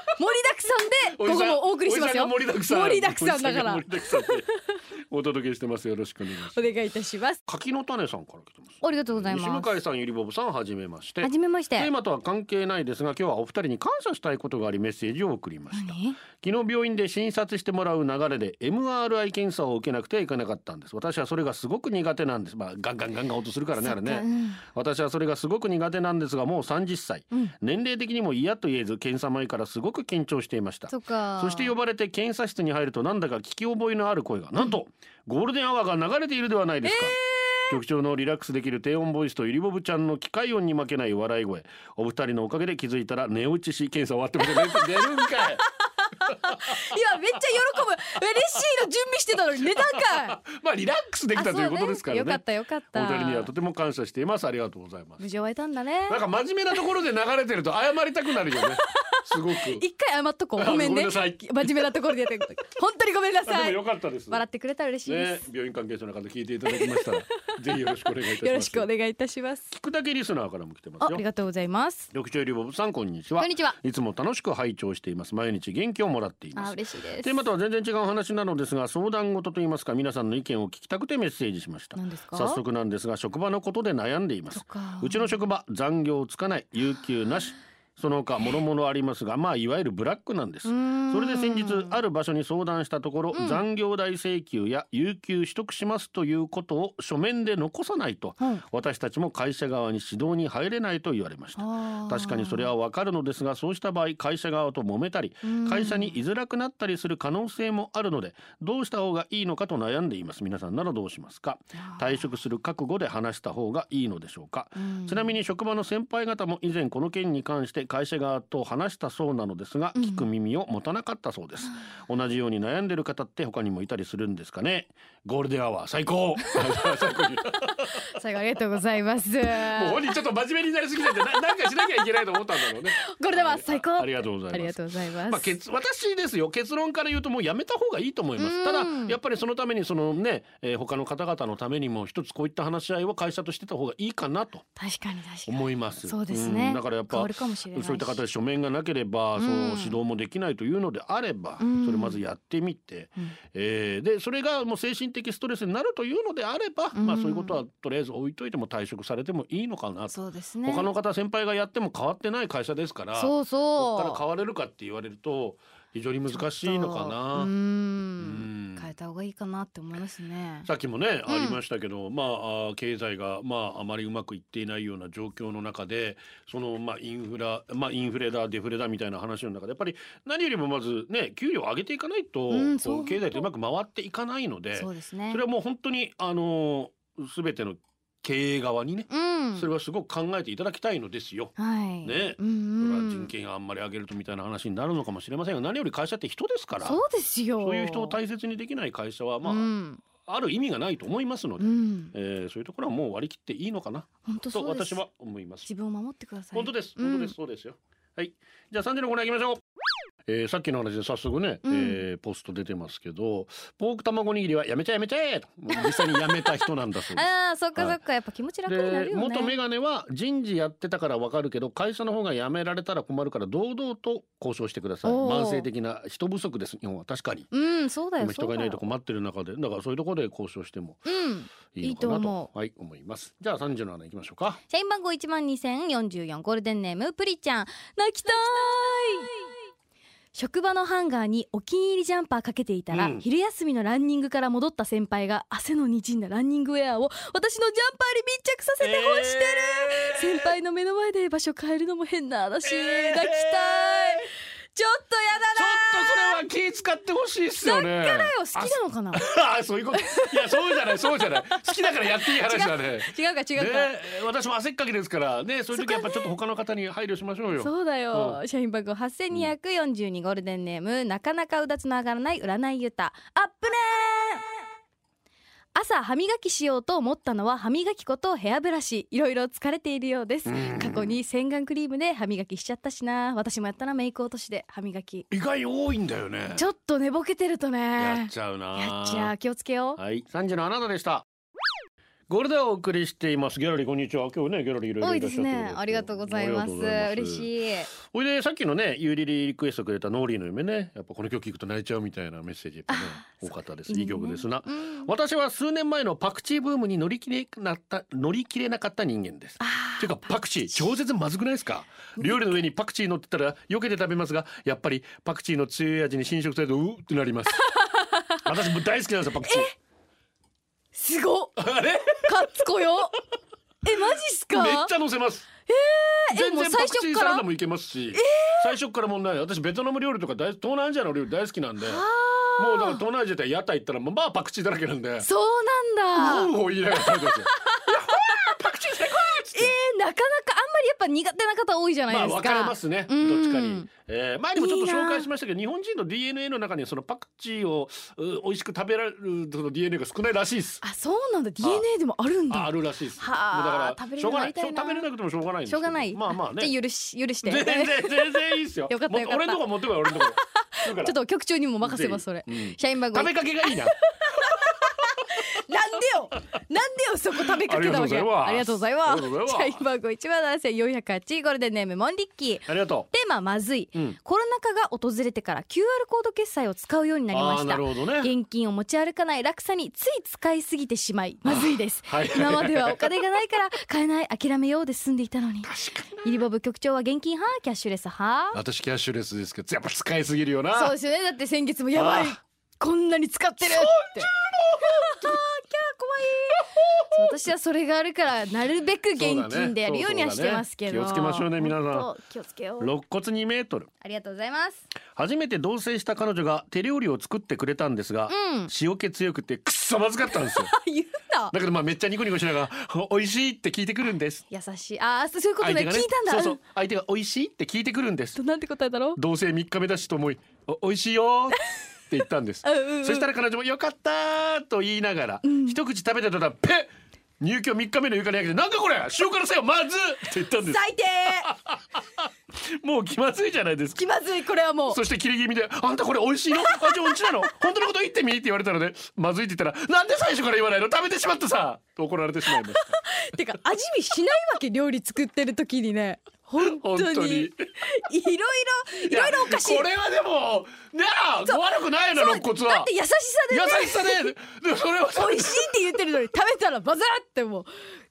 Speaker 6: くさんでこ
Speaker 5: じさ
Speaker 6: こ
Speaker 5: ん
Speaker 6: もお送りしてますよ
Speaker 5: おじさんが盛りだくさん
Speaker 6: 盛りだくさんだから
Speaker 5: おじさんが盛りだくさんでお届けしてますよろしくお願いします
Speaker 6: お願いいたします
Speaker 5: 柿の種さんから来てます
Speaker 6: ありがとうございます
Speaker 5: 西向井さんゆりぼぶさんはじめまして
Speaker 6: はじめまし
Speaker 5: テー
Speaker 6: て。
Speaker 5: マとは関係ないですが今日はお二人に感謝したいことがありメッセージを送りました
Speaker 6: 何
Speaker 5: 昨日病院で診察してもらう流れで MRI 検査を受けなくてはいけなかったんです私はそれがすごく苦手なんですまあガンガンガンガン音するからねあれね私はそれがすごく苦手なんですがもう30歳、年齢的にも嫌と言えず検査前からすごく緊張していました
Speaker 6: そっか。
Speaker 5: そして呼ばれて検査室に入るとなんだか聞き覚えのある声がなんとゴールデンアワーが流れているではないですか、局長のリラックスできる低音ボイスとゆりぼぶちゃんの機械音に負けない笑い声お二人のおかげで気づいたら寝落ちし検査終わってましたね出るんかい
Speaker 6: 今めっちゃ喜ぶ。嬉しいの準備してたのに寝たんか
Speaker 5: まあリラックスで
Speaker 6: い。
Speaker 5: きたということ
Speaker 6: あ
Speaker 5: ですから
Speaker 6: そうよかっ
Speaker 5: ね
Speaker 6: たよかっ
Speaker 5: お
Speaker 6: た。
Speaker 5: 二人にはとても感謝していますありがとうございます
Speaker 6: 無事終えたんだね
Speaker 5: な。んか真面目なところで流れてると謝りたくなるよねすごく
Speaker 6: 一回謝っとこう。ごめ
Speaker 5: ごめん
Speaker 6: んね。
Speaker 5: なさい
Speaker 6: 真面目なところでやってる。本当にごめんな
Speaker 5: あ
Speaker 6: さ
Speaker 5: でも
Speaker 6: い。
Speaker 5: よかったです
Speaker 6: 笑ってくれたら嬉しいで
Speaker 5: ね
Speaker 6: す。、
Speaker 5: 病院関係者の方聞いていただきま したらぜひよろしくお願いいたします
Speaker 6: よろしくお願いいたします。
Speaker 5: 聞くだけリスナーからも来てま
Speaker 6: あ
Speaker 5: す
Speaker 6: あ
Speaker 5: よ
Speaker 6: りがとうございます。
Speaker 5: 緑茶リボブさんこんにちは
Speaker 6: こんにちはい
Speaker 5: つも楽しく拝聴しています毎日元気をもらっていま
Speaker 6: あ
Speaker 5: す
Speaker 6: 嬉しいです。
Speaker 5: テーマとは全然違うお話なのですが相談事といいますか皆さんの意見を聞きたくてメッセージしました
Speaker 6: 何ですか
Speaker 5: 早速なんですが職場のことで悩んでいます
Speaker 6: っか
Speaker 5: うちの職場残業つかない有給なしその他諸々ありますがまあいわゆるブラックなんです
Speaker 6: ん
Speaker 5: それで先日ある場所に相談したところ、残業代請求や有給取得しますということを書面で残さないと、
Speaker 6: うん
Speaker 5: 私たちも会社側に指導に入れないと言われました確かにそれはわかるのですがそうした場合会社側と揉めたり会社に居づらくなったりする可能性もあるのでどうした方がいいのかと悩んでいます皆さんならどうしますか退職する覚悟で話した方がいいのでしょうかちなみに職場の先輩方も以前この件に関して会社側と話したそうなのですが聞く耳を持たなかったそうです同じように悩んでる方って他にもいたりするんですかねゴールデンアワー最 高最高に
Speaker 6: 最後ありがとうございます。
Speaker 5: もう本人ちょっと真面目になりすぎててななんかしなきゃいけないと思ったんだろうね
Speaker 6: これでは最高。
Speaker 5: ありがとうござ
Speaker 6: あ
Speaker 5: い
Speaker 6: り
Speaker 5: ま
Speaker 6: が
Speaker 5: す
Speaker 6: とうございます。
Speaker 5: まあ、結私ですよ結論から言うともうやめた方がいいと思いますただやっぱりそのためにそのね、えー他の方々のためにも一つこういった話し合いは会社としてた方がいいかなと
Speaker 6: 確かに確かに。
Speaker 5: 思います
Speaker 6: そうですね
Speaker 5: んだからやっぱ
Speaker 6: 変わるかもしれないし
Speaker 5: そういった形で書面がなければ、その指導もできないというのであれば、
Speaker 6: ん
Speaker 5: それまずやってみて、えーでそれがもう精神的ストレスになるというのであれば、まあそういうことはとりあえず置いといても退職されてもいいのかなと、
Speaker 6: そうですね。
Speaker 5: 他の方先輩がやっても変わってない会社ですから
Speaker 6: そう
Speaker 5: こ
Speaker 6: そう。
Speaker 5: こから変われるかって言われると非常に難しいのかな。
Speaker 6: うー
Speaker 5: うん
Speaker 6: ん変えた方がいいかなって思いますね。
Speaker 5: さっきもね、
Speaker 6: うん
Speaker 5: ありましたけど、まああー経済がまああまりうまくいっていないような状況の中で、そのまあインフラ、まあインフレだデフレだみたいな話の中で、やっぱり何よりもまずね給料を上げていかないと、
Speaker 6: うん
Speaker 5: こう
Speaker 6: そう
Speaker 5: 経済ってうまく回っていかないので、
Speaker 6: そうですね
Speaker 5: それ。はもう本当にあのすべての経営側にね、
Speaker 6: うん。
Speaker 5: それはすごく考えていただきたいのですよ。
Speaker 6: はい。
Speaker 5: ね
Speaker 6: うん
Speaker 5: それ
Speaker 6: う
Speaker 5: は
Speaker 6: ん。
Speaker 5: 人件があんまり上げるとみたいな話になるのかもしれませんが、何より会社って人ですから。
Speaker 6: そうですよ。
Speaker 5: そういう人を大切にできない会社は、まあ、
Speaker 6: うん。
Speaker 5: ある意味がないと思いますので
Speaker 6: う、ん。
Speaker 5: えー、そういうところはもう割り切っていいのかな
Speaker 6: 本当
Speaker 5: と
Speaker 6: そうです。
Speaker 5: 私は思います。
Speaker 6: 自分を守ってください。
Speaker 5: 本当です、
Speaker 6: うん
Speaker 5: 本当です、そうですよ。はい、じゃあ三時のコーナー行きましょう。えー、さっきの話で早速ね、
Speaker 6: うん
Speaker 5: えーポスト出てますけど、ポーク卵握りはやめちゃやめちゃえともう実際にやめた人なんだそうです。
Speaker 6: ああ、そっかそっか。やっぱ気持ち楽になる
Speaker 5: で
Speaker 6: よね。
Speaker 5: 元メガネは人事やってたからわかるけど会社の方が辞められたら困るから堂々と交渉してください
Speaker 6: おー
Speaker 5: 慢性的な人不足です日本は確かに
Speaker 6: うん、そうだよ。
Speaker 5: 今人がいないと
Speaker 6: こ。
Speaker 5: 困ってる中でだからそういうところで交渉しても
Speaker 6: うん。
Speaker 5: いいのかない
Speaker 6: い
Speaker 5: と
Speaker 6: と思
Speaker 5: はい思いますじゃあ三時の穴行きましょうか
Speaker 6: 社員番号一万二千四十四ゴールデンネームプリちゃん泣きたい職場のハンガーにお気に入りジャンパーかけていたら、
Speaker 5: うん
Speaker 6: 昼休みのランニングから戻った先輩が汗のにじんだランニングウェアを私のジャンパーに密着させて干してる、先輩の目の前で場所変えるのも変な話、泣きたいちょっとやだ
Speaker 5: ちょ
Speaker 6: な
Speaker 5: っとそれは気使ってほしいっすよね。だか
Speaker 6: よ好きなのかな
Speaker 5: あ あそういうこと。いやそうじゃないそうじゃない。好きだからやっていい話だね。
Speaker 6: 違うか違うか、
Speaker 5: ね私も汗っかきですからねそういう時やっぱちょっと他の方に配慮しましょうよ。
Speaker 6: そうだよ、
Speaker 5: う
Speaker 6: 社員番号8242ゴールデンネーム、なかなかうだつの上がらない占いゆたアップねー朝歯磨きしようと思ったのは歯磨き粉とヘアブラシいろいろ疲れているようです過去に洗顔クリームで歯磨きしちゃったしな私もやったなメイク落としで歯磨き
Speaker 5: 意外に多いんだよね。
Speaker 6: ちょっと寝ぼけてると
Speaker 5: やっ
Speaker 6: ね
Speaker 5: ちゃうな。
Speaker 6: やっちゃう気をつけよう
Speaker 5: はい三時のあなたでした。ゴールデンをお送りしています。ギャラリーこんにちは。今日ねギャラリーいろいろ
Speaker 6: 多い
Speaker 5: ら
Speaker 6: で
Speaker 5: っし
Speaker 6: す
Speaker 5: ゃって
Speaker 6: ねありがとうございます嬉
Speaker 5: い。
Speaker 6: しい
Speaker 5: ほいでさっきのねゆりりリクエストくれたノーリーの夢ねやっぱこの曲聞くと泣いちゃうみたいなメッセージやっぱね多かったです。いい曲ですな。
Speaker 6: うん
Speaker 5: 私は数年前のパクチーブームに乗り切れなった乗り切れなかった人間です。ていうかパクチー超絶まずくないですか料理の上にパクチー乗ってたら避けて食べますがやっぱりパクチーの強い味に侵食されてうーってなり ます私も大好きなんですよパクチー
Speaker 7: すごっ
Speaker 5: あれ
Speaker 7: かっつこよえマジっすか
Speaker 5: めっちゃ乗せます
Speaker 6: え
Speaker 5: 全
Speaker 6: もう
Speaker 5: 然
Speaker 6: 最
Speaker 5: パ
Speaker 6: 初
Speaker 5: クチー
Speaker 6: か
Speaker 5: サ
Speaker 6: ら
Speaker 5: ラダもいけますし、最初から問題ない私ベトナム料理とか大東南アジアの料理大好きなんでもうだから東南アジアって屋台行ったらまあパクチーだらけなんで
Speaker 6: そうなんだ
Speaker 5: ウーを言いながら食べてますよパクチー最高
Speaker 6: えーなかなかあんまりやっぱ苦手な方多いじゃない
Speaker 5: まあ
Speaker 6: ですか。
Speaker 5: 分かれますね。ど
Speaker 6: うん
Speaker 5: っちかに。えー前にもちょっと
Speaker 6: いいな
Speaker 5: 紹介しましたけど、日本人の DNA の中にそのパクチーをう美味しく食べられるその DNA が少ないらしいです。
Speaker 6: あ、そうなんだ。DNA でもあるん
Speaker 5: ああ
Speaker 6: だ。
Speaker 5: るらしいです。もうだ
Speaker 6: はあ
Speaker 5: から
Speaker 6: 食べれる
Speaker 5: しょうがない
Speaker 6: なりたいな
Speaker 5: 食べれなくてもしょうがないんです
Speaker 6: しょうがない。
Speaker 5: まあまあね。
Speaker 6: じゃあ許し許して。
Speaker 5: 全 然
Speaker 6: ち
Speaker 5: 全然いいですよ。
Speaker 6: よかった
Speaker 5: もう
Speaker 6: よかった
Speaker 5: 俺のとこ持ってこい俺のとこ。だから
Speaker 6: ょっと局長にも任せますそれ。
Speaker 5: ぜひうん
Speaker 6: 社員番号。
Speaker 5: 食べかけがいいな。
Speaker 7: なんでよなんでよそこ食べかけたわけ
Speaker 5: あ
Speaker 6: あ
Speaker 5: りが
Speaker 6: りが
Speaker 5: とう
Speaker 6: と
Speaker 5: ござ
Speaker 6: うござ
Speaker 5: い
Speaker 6: い
Speaker 5: ます
Speaker 6: ます。社員番号一万七千四百八ゴールデンネームモンリッキー。
Speaker 5: ありがと
Speaker 6: テーマまずい、
Speaker 5: うん
Speaker 6: コロナ禍が訪れてから QR コード決済を使うように
Speaker 5: う。
Speaker 6: なりま
Speaker 5: ああ
Speaker 6: した
Speaker 5: なるほどね。
Speaker 6: 現金を持ち歩かない落差につい使いすぎてしまいまずいです、
Speaker 5: はい
Speaker 6: 今まではお金がないから買えない諦めようで済んでいたのにイリボブ局長は現金派キャッシュレス派
Speaker 5: 私キャッシュレスですけどやっぱ使いすぎるよな。
Speaker 7: そうですよねだって先月もやばい
Speaker 5: あ
Speaker 7: こんなに使ってる って
Speaker 6: そう私はそれがあるからなるべく現
Speaker 5: そうだね
Speaker 6: 金でやるようにはしてますけど、
Speaker 5: そうそうだね気をつけましょうね皆さん
Speaker 6: 本当気をつけよう
Speaker 5: 肋骨2メートル。
Speaker 6: ありがとうござ います
Speaker 5: 初めて同棲した彼女が手料理を作ってくれたんですが、
Speaker 6: うん
Speaker 5: 塩気強くてくっそまずかったんです よ
Speaker 6: 言うな
Speaker 5: だけどまあめっちゃニコニコしながら美味しいって聞いてくるんです
Speaker 6: 優しいああそういうことね聞いたんだ
Speaker 5: そうそう相手が美味しいって聞いてくるんです
Speaker 6: となんて答えだろう
Speaker 5: 同棲3日目だしと思いお美味しいよーって言ったんです
Speaker 6: うんうんうん
Speaker 5: そしたら彼女もよかったーと言いながら、一口食べてたらペッ入居3日目の床にあげてなんかこれ塩辛さよまずっって言ったんです
Speaker 7: 最低
Speaker 5: もう気まずいじゃないですか
Speaker 7: 気まずいこれはもう
Speaker 5: そして切り気味で「あんたこれ美味しいの味うんち なの本当のこと言ってみ」って言われたのでまずいって言ったら「なんで最初から言わないの食べてしまったさ!」と怒られてしまいました
Speaker 7: てか味見しないわけ料理作ってる時にね本当に
Speaker 5: 本当に
Speaker 7: いろいろいろいろおか しい
Speaker 5: やこれはでもねえ悪くないの肋骨
Speaker 7: だ
Speaker 5: は
Speaker 7: って優しさでね
Speaker 5: 優しさででそれは
Speaker 7: 美味しいって言ってるのに食べたらバザーってもう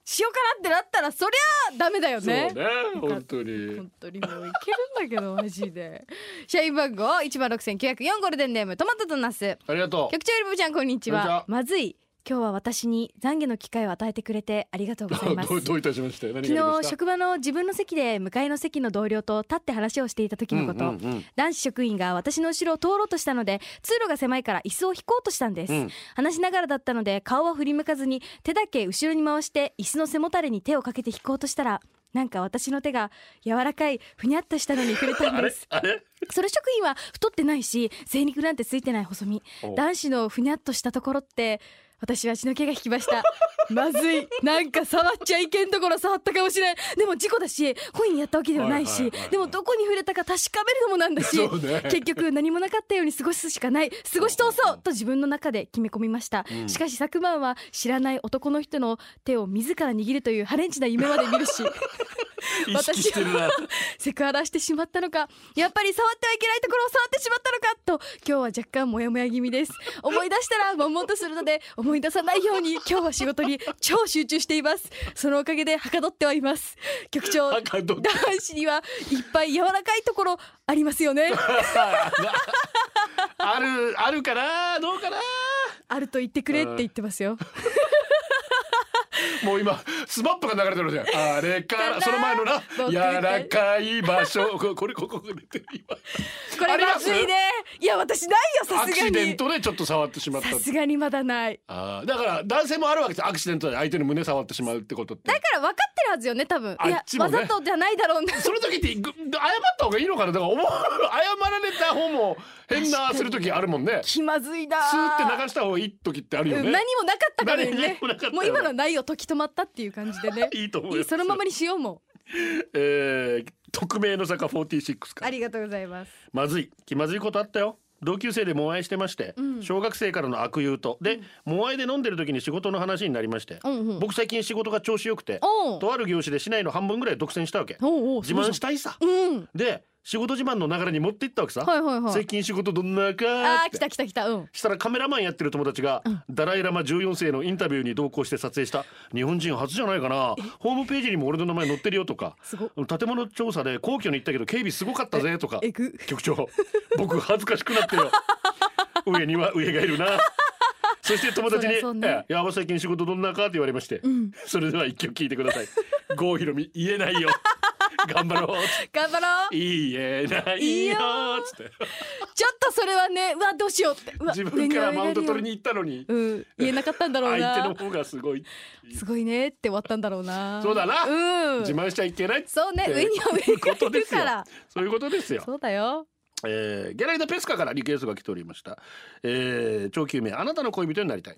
Speaker 7: しようかなってなったらそりゃダメだよ
Speaker 5: そうね
Speaker 7: ね
Speaker 5: 本当に
Speaker 7: 本当にもういけるんだけどマジ で社員番号1万6904ゴールデンネームトマトとナス
Speaker 5: ありがとう
Speaker 7: 局長よりもちゃんこんにち
Speaker 5: こんにちは
Speaker 7: はまずい今日は私に懺悔の機会を与えてくれてありがとうございます
Speaker 5: どうどういたしまして何がありま
Speaker 6: 昨
Speaker 5: し
Speaker 6: 日
Speaker 5: た
Speaker 6: 職場の自分の席で向かいの席の同僚と立って話をしていた時のこと、
Speaker 5: うんうんうん
Speaker 6: 男子職員が私の後ろを通ろうとしたので通路が狭いから椅子を引こうとしたんです、
Speaker 5: うん
Speaker 6: 話しながらだったので顔は振り向かずに手だけ後ろに回して椅子の背もたれに手をかけて引こうとしたらなんか私の手が柔らかいふにゃっとしたのに触れたんですそれ職員は太ってないし精肉なんてついてない細身
Speaker 5: お
Speaker 6: 男子のふにゃっとしたところって私は血の気が引きましたまずいなんか触っちゃいけんところ触ったかもしれんでも事故だし故意にやったわけではないし、
Speaker 5: はいはいはいはい
Speaker 6: でもどこに触れたか確かめるのもなんだし、
Speaker 5: そうね
Speaker 6: 結局何もなかったように過ごすしかない過ごし通そうと自分の中で決め込みました、しかし昨晩は知らない男の人の手を自ら握るというハレンチな夢まで見るし
Speaker 5: 意識してるな
Speaker 6: セクハラしてしまったのかやっぱり触ってはいけないところを触ってしまったのかと今日は若干モヤモヤ気味です思い出したら悶々とするので思い出さないように今日は仕事に超集中していますそのおかげではかどってはいます局長
Speaker 5: はかどっ て
Speaker 6: 男子にはいっぱい柔らかいところありますよね
Speaker 5: あるあるかなどうかな
Speaker 6: あると言ってくれって言ってますよ
Speaker 5: もう今スマップが流れてるじゃ んあれか
Speaker 6: からら
Speaker 5: その前のな
Speaker 6: 僕
Speaker 5: 柔らかい場所 ここれここが出てる今
Speaker 6: こ
Speaker 5: あり
Speaker 6: れ
Speaker 5: ま
Speaker 6: ますずいねいや私ないよさ
Speaker 5: アク
Speaker 6: すが
Speaker 5: シデン
Speaker 6: に
Speaker 5: トでちょっと触ってしまった
Speaker 6: さすがにまだない
Speaker 5: あーだから男性もあるわけですアクシデントで相手の胸触ってしまうってことって
Speaker 6: だから分かってるはずよね多分い
Speaker 5: あっ
Speaker 6: や
Speaker 5: ちも
Speaker 6: わ
Speaker 5: ね
Speaker 6: ざとじゃないだろうな
Speaker 5: その時ってぐ謝った方がいいのかなだから思う謝られた方も変なする時あるもんね
Speaker 6: 気まずいな
Speaker 5: スーって流した方がいい時ってあるよ
Speaker 6: う
Speaker 5: ね
Speaker 6: ん何もなかったからよ
Speaker 5: 何
Speaker 6: ね
Speaker 5: もなかったよね
Speaker 6: もう今のはないよ時止まったっていう感 じでね
Speaker 5: いいと思うよ
Speaker 6: そのままにしようも
Speaker 5: えー、匿名の坂46か
Speaker 6: ありがとうございます
Speaker 5: まずい気まずいことあったよ同級生でも愛してまして、小学生からの悪友とで、も愛で飲んでる時に仕事の話になりまして、
Speaker 6: うんうん
Speaker 5: 僕最近仕事が調子よくて
Speaker 6: おう
Speaker 5: とある業種で市内の半分ぐらい独占したわけ
Speaker 6: おうおう
Speaker 5: 自慢したいさ、
Speaker 6: うん
Speaker 5: で仕事自慢の流れに持っていったわけさ、
Speaker 6: はいはいはい
Speaker 5: 最近仕事どんなかー
Speaker 6: あ
Speaker 5: っ
Speaker 6: ー来
Speaker 5: て
Speaker 6: た来た来たうん
Speaker 5: したらカメラマンやってる友達が、ダライラマ14世のインタビューに同行して撮影した日本人初じゃないかなホームページにも俺の名前載ってるよとか
Speaker 6: すご
Speaker 5: 建物調査で皇居に行ったけど警備すごかったぜとか
Speaker 6: えぐ
Speaker 5: 局長僕恥ずかしくなって よ上には上がいるなそして友達に
Speaker 6: そりゃそう
Speaker 5: 「
Speaker 6: ね
Speaker 5: えやば最近仕事どんなか?」って言われまして、 それでは一曲聴いてください郷ひろみ言えない よ頑張ろう
Speaker 6: 頑張ろう
Speaker 5: 言えないよつって
Speaker 6: ちょっとそれはねうわどうしようってうわ
Speaker 5: 自分からマウント取りに行ったのに
Speaker 6: うん言えなかったんだろう
Speaker 5: 相手
Speaker 6: な
Speaker 5: の方がすごい
Speaker 6: すごいねって終わったんだろうな
Speaker 5: そうだな、
Speaker 6: うん
Speaker 5: 自慢しちゃいけないって
Speaker 6: そうね上には上
Speaker 5: こと
Speaker 6: がい
Speaker 5: で
Speaker 6: る
Speaker 5: すよ
Speaker 6: から
Speaker 5: そういうことですよ
Speaker 6: そうだよ
Speaker 5: えーギャラリーのペスカからリクエストが来ておりました、えー、長久名あなたの恋人になりたい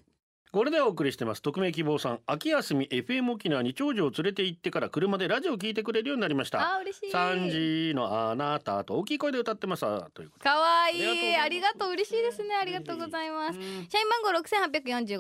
Speaker 5: これでお送りしてます匿名希望さん秋休み FM 沖縄に長女を連れて行ってから車でラジオを聞いてくれるようになりました
Speaker 6: あー嬉しい
Speaker 5: 3時のあなたと大きい声で歌ってますということ
Speaker 6: 可愛いい
Speaker 5: あ
Speaker 6: あ
Speaker 5: り
Speaker 6: り
Speaker 5: が
Speaker 6: が
Speaker 5: と
Speaker 6: と
Speaker 5: う
Speaker 6: う
Speaker 5: ございます
Speaker 6: 嬉しいですねありがとうございます
Speaker 5: うん
Speaker 6: 社員番号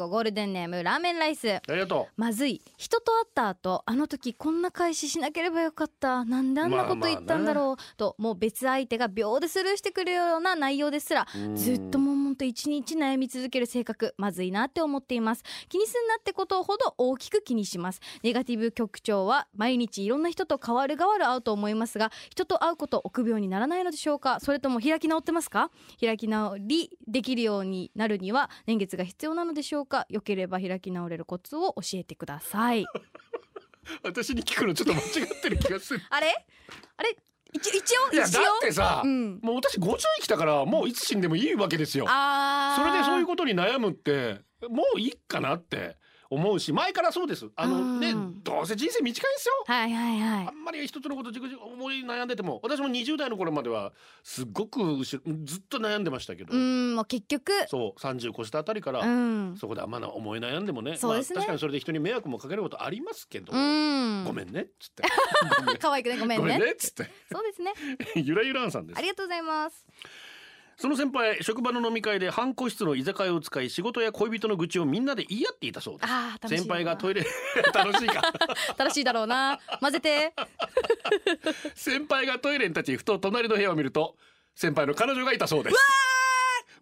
Speaker 6: 6845ゴールデンネームラーメンライス
Speaker 5: ありがとう
Speaker 6: まずい人と会った後あの時こんな返ししなければよかったなんであんなこと言ったんだろう、ともう別相手が秒でスルーしてくるような内容ですら
Speaker 5: うん
Speaker 6: ずっと悶々と一日悩み続ける性格まずいなって思っています気にすんなってことほど大きく気にしますネガティブ局長は毎日いろんな人と変わる変わる会うと思いますが人と会うこと臆病にならないのでしょうかそれとも開き直ってますか開き直りできるようになるには年月が必要なのでしょうか良ければ開き直れるコツを教えてください
Speaker 5: 私に聞くのちょっと間違ってる気がする
Speaker 6: あれあれ一応一応
Speaker 5: いやだ
Speaker 6: 一応
Speaker 5: ってさ、
Speaker 6: うん
Speaker 5: もう私50生きたからもういつ死んでもいいわけですよ
Speaker 6: あ
Speaker 5: それでそういう
Speaker 6: こ
Speaker 5: ことに悩むってもういいかなって思うし前からそうですあのね
Speaker 6: うん
Speaker 5: どうせ人生短いですよ
Speaker 6: とはいはいはい
Speaker 5: あんまり一つのことじくじく思い悩んでても私も20代の頃まではすっごく後ろずっと悩んでましたけど、
Speaker 6: うんもう結局
Speaker 5: そう30越したあたりから、
Speaker 6: うん
Speaker 5: そこであんまな思い悩んでもね
Speaker 6: そうですね
Speaker 5: まあ、確かにそれで人に迷惑もかけることありますけど、
Speaker 6: うん
Speaker 5: ごめんねっつって
Speaker 6: 可愛く ねごめ
Speaker 5: ご
Speaker 6: ん
Speaker 5: め
Speaker 6: ね
Speaker 5: んねっつって
Speaker 6: そうですね
Speaker 5: ゆらゆらんさんです
Speaker 6: ありがとうございます
Speaker 5: その先輩職場の飲み会で半個室の居酒屋を使い仕事や恋人の愚痴をみんなで言い合っていたそうです
Speaker 6: あー楽しい
Speaker 5: 先輩がト
Speaker 6: イ
Speaker 5: イレ 楽しい か
Speaker 6: 楽しいだろうな混ぜて
Speaker 5: 先輩がトイレに立ちふと隣の部屋を見ると先輩の彼女がいたそうです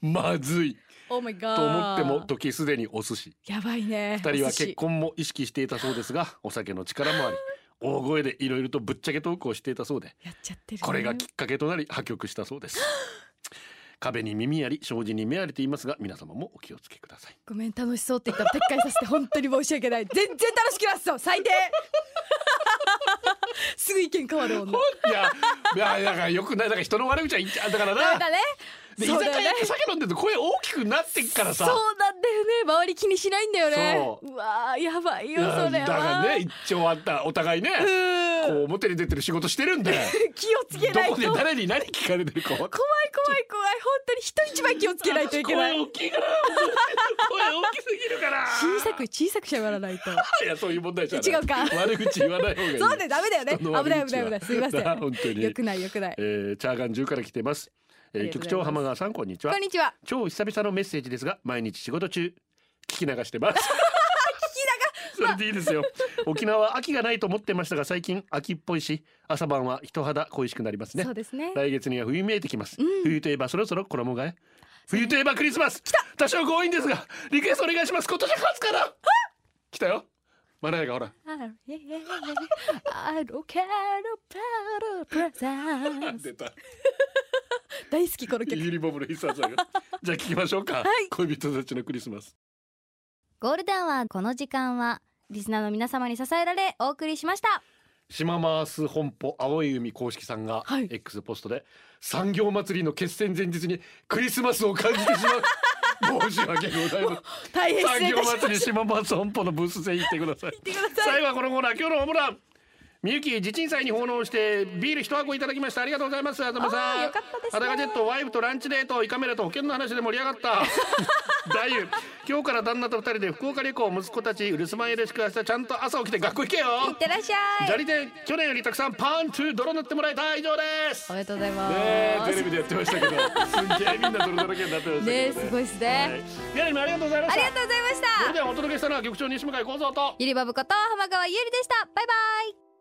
Speaker 5: まずい
Speaker 6: Oh my god
Speaker 5: と思っても時すでにお寿司
Speaker 6: やばい
Speaker 5: 二
Speaker 6: ね
Speaker 5: 人は
Speaker 6: お寿司
Speaker 5: 結婚も意識していたそうですがお酒の力もあり大声でいろいろとぶっちゃけトークをしていたそうで
Speaker 6: やっちゃってるね
Speaker 5: これがきっかけとなり破局したそう です壁に耳あり障子に目ありと言いますが皆様もお気をつけください
Speaker 6: ごめん楽しそうって言ったら撤回させて本当に申し訳ない全然楽しくなさそう最低 すぐ意見変わるもんね
Speaker 5: いやいやだからよくないだから人の悪口は言っちゃだから
Speaker 6: ダメ
Speaker 5: な
Speaker 6: だね
Speaker 5: で居
Speaker 6: そう
Speaker 5: 酒
Speaker 6: だよね
Speaker 5: 屋って酒飲んでると声大きくなってっからさ
Speaker 6: そうなんだよね周り気にしないんだよね
Speaker 5: そう
Speaker 6: うわーやばいよ
Speaker 5: だ
Speaker 6: それは
Speaker 5: からね一応あったお互いねこう表に出てる仕事してるんで
Speaker 6: 気をつけ
Speaker 5: ど
Speaker 6: ないと
Speaker 5: こで
Speaker 6: 怖い怖い
Speaker 5: 誰に何聞かれてるか分かんない
Speaker 6: 怖い本当に人一倍気をつけないといけない
Speaker 5: 声大きいから声大きすぎるから
Speaker 6: 小さく小さくしゃべらないと
Speaker 5: いやそういう問題じゃない
Speaker 6: 違うか
Speaker 5: 悪口言わない方がいい
Speaker 6: そうねダメだよね
Speaker 5: 人
Speaker 6: 危
Speaker 5: の悪口
Speaker 6: な
Speaker 5: はい
Speaker 6: 危ない危ないすいませ
Speaker 5: な本
Speaker 6: ん
Speaker 5: 当に
Speaker 6: よくないよくない
Speaker 5: えーチャーガン中から来てます、えー、
Speaker 6: ありがとう
Speaker 5: 局
Speaker 6: ござ
Speaker 5: 長
Speaker 6: います
Speaker 5: 浜川さんこんにちは
Speaker 6: こんにちは
Speaker 5: 超久々のメッセージですが毎日仕事中聞き流して ます聞き流 それでいいですよ沖縄は秋がないと思ってましたが最近秋っぽいし朝晩は人肌恋しくなりますね
Speaker 8: そうですね
Speaker 5: 来月には冬見えてきます、冬といえばそろそろ衣替え冬といえばクリスマス多少強引ですがリクエストお願いします今年は勝つから来たよマラヤがほら
Speaker 8: I don't care about the presents
Speaker 5: 出た
Speaker 6: 大好きこの曲
Speaker 5: ユリボブの必殺 技がじゃあ聞きましょうか、恋人たちのクリスマス
Speaker 8: ゴールデンはこの時間はリスナーの皆様に支えられお送りしました
Speaker 5: 島マース本舗青い海公式さんが
Speaker 6: はい
Speaker 5: X ポストで、産業祭りの決戦前日にクリスマスを感じてしま う申し訳ございません
Speaker 6: 大変失
Speaker 5: 産
Speaker 6: 礼い
Speaker 5: 業
Speaker 6: たしました
Speaker 5: 祭り島マース本舗のブースで行ってくださ い最後はこのコーナー今日のホームランみゆき地鎮祭に奉納してビール一箱いただきましたありがとうございます東さん
Speaker 6: あーよかったですね
Speaker 5: 裸ジェットワイフとランチデート胃カメラと保険の話で盛り上がった 大夫今日から旦那と二人で福岡旅行息子たちうるすまんよろしく明日ちゃんと朝起きて学校行けよ
Speaker 6: いってらっしゃい
Speaker 5: 砂利で去年よりたくさんパンツー泥塗ってもらえた以上です
Speaker 6: お
Speaker 5: ね
Speaker 6: めでとうございま
Speaker 5: えテレビでやってましたけどすげえみんな泥だらけになってましたけど
Speaker 6: すねえすごいです
Speaker 5: は
Speaker 6: ね
Speaker 5: い宮城もありがとうございま
Speaker 6: あ
Speaker 5: し
Speaker 6: り
Speaker 5: た
Speaker 6: がとうございまし
Speaker 5: それ
Speaker 6: た
Speaker 5: ではお届けしたのは局長西向井幸三と
Speaker 8: ゆりばぶこと浜川ゆりでしたバイバイ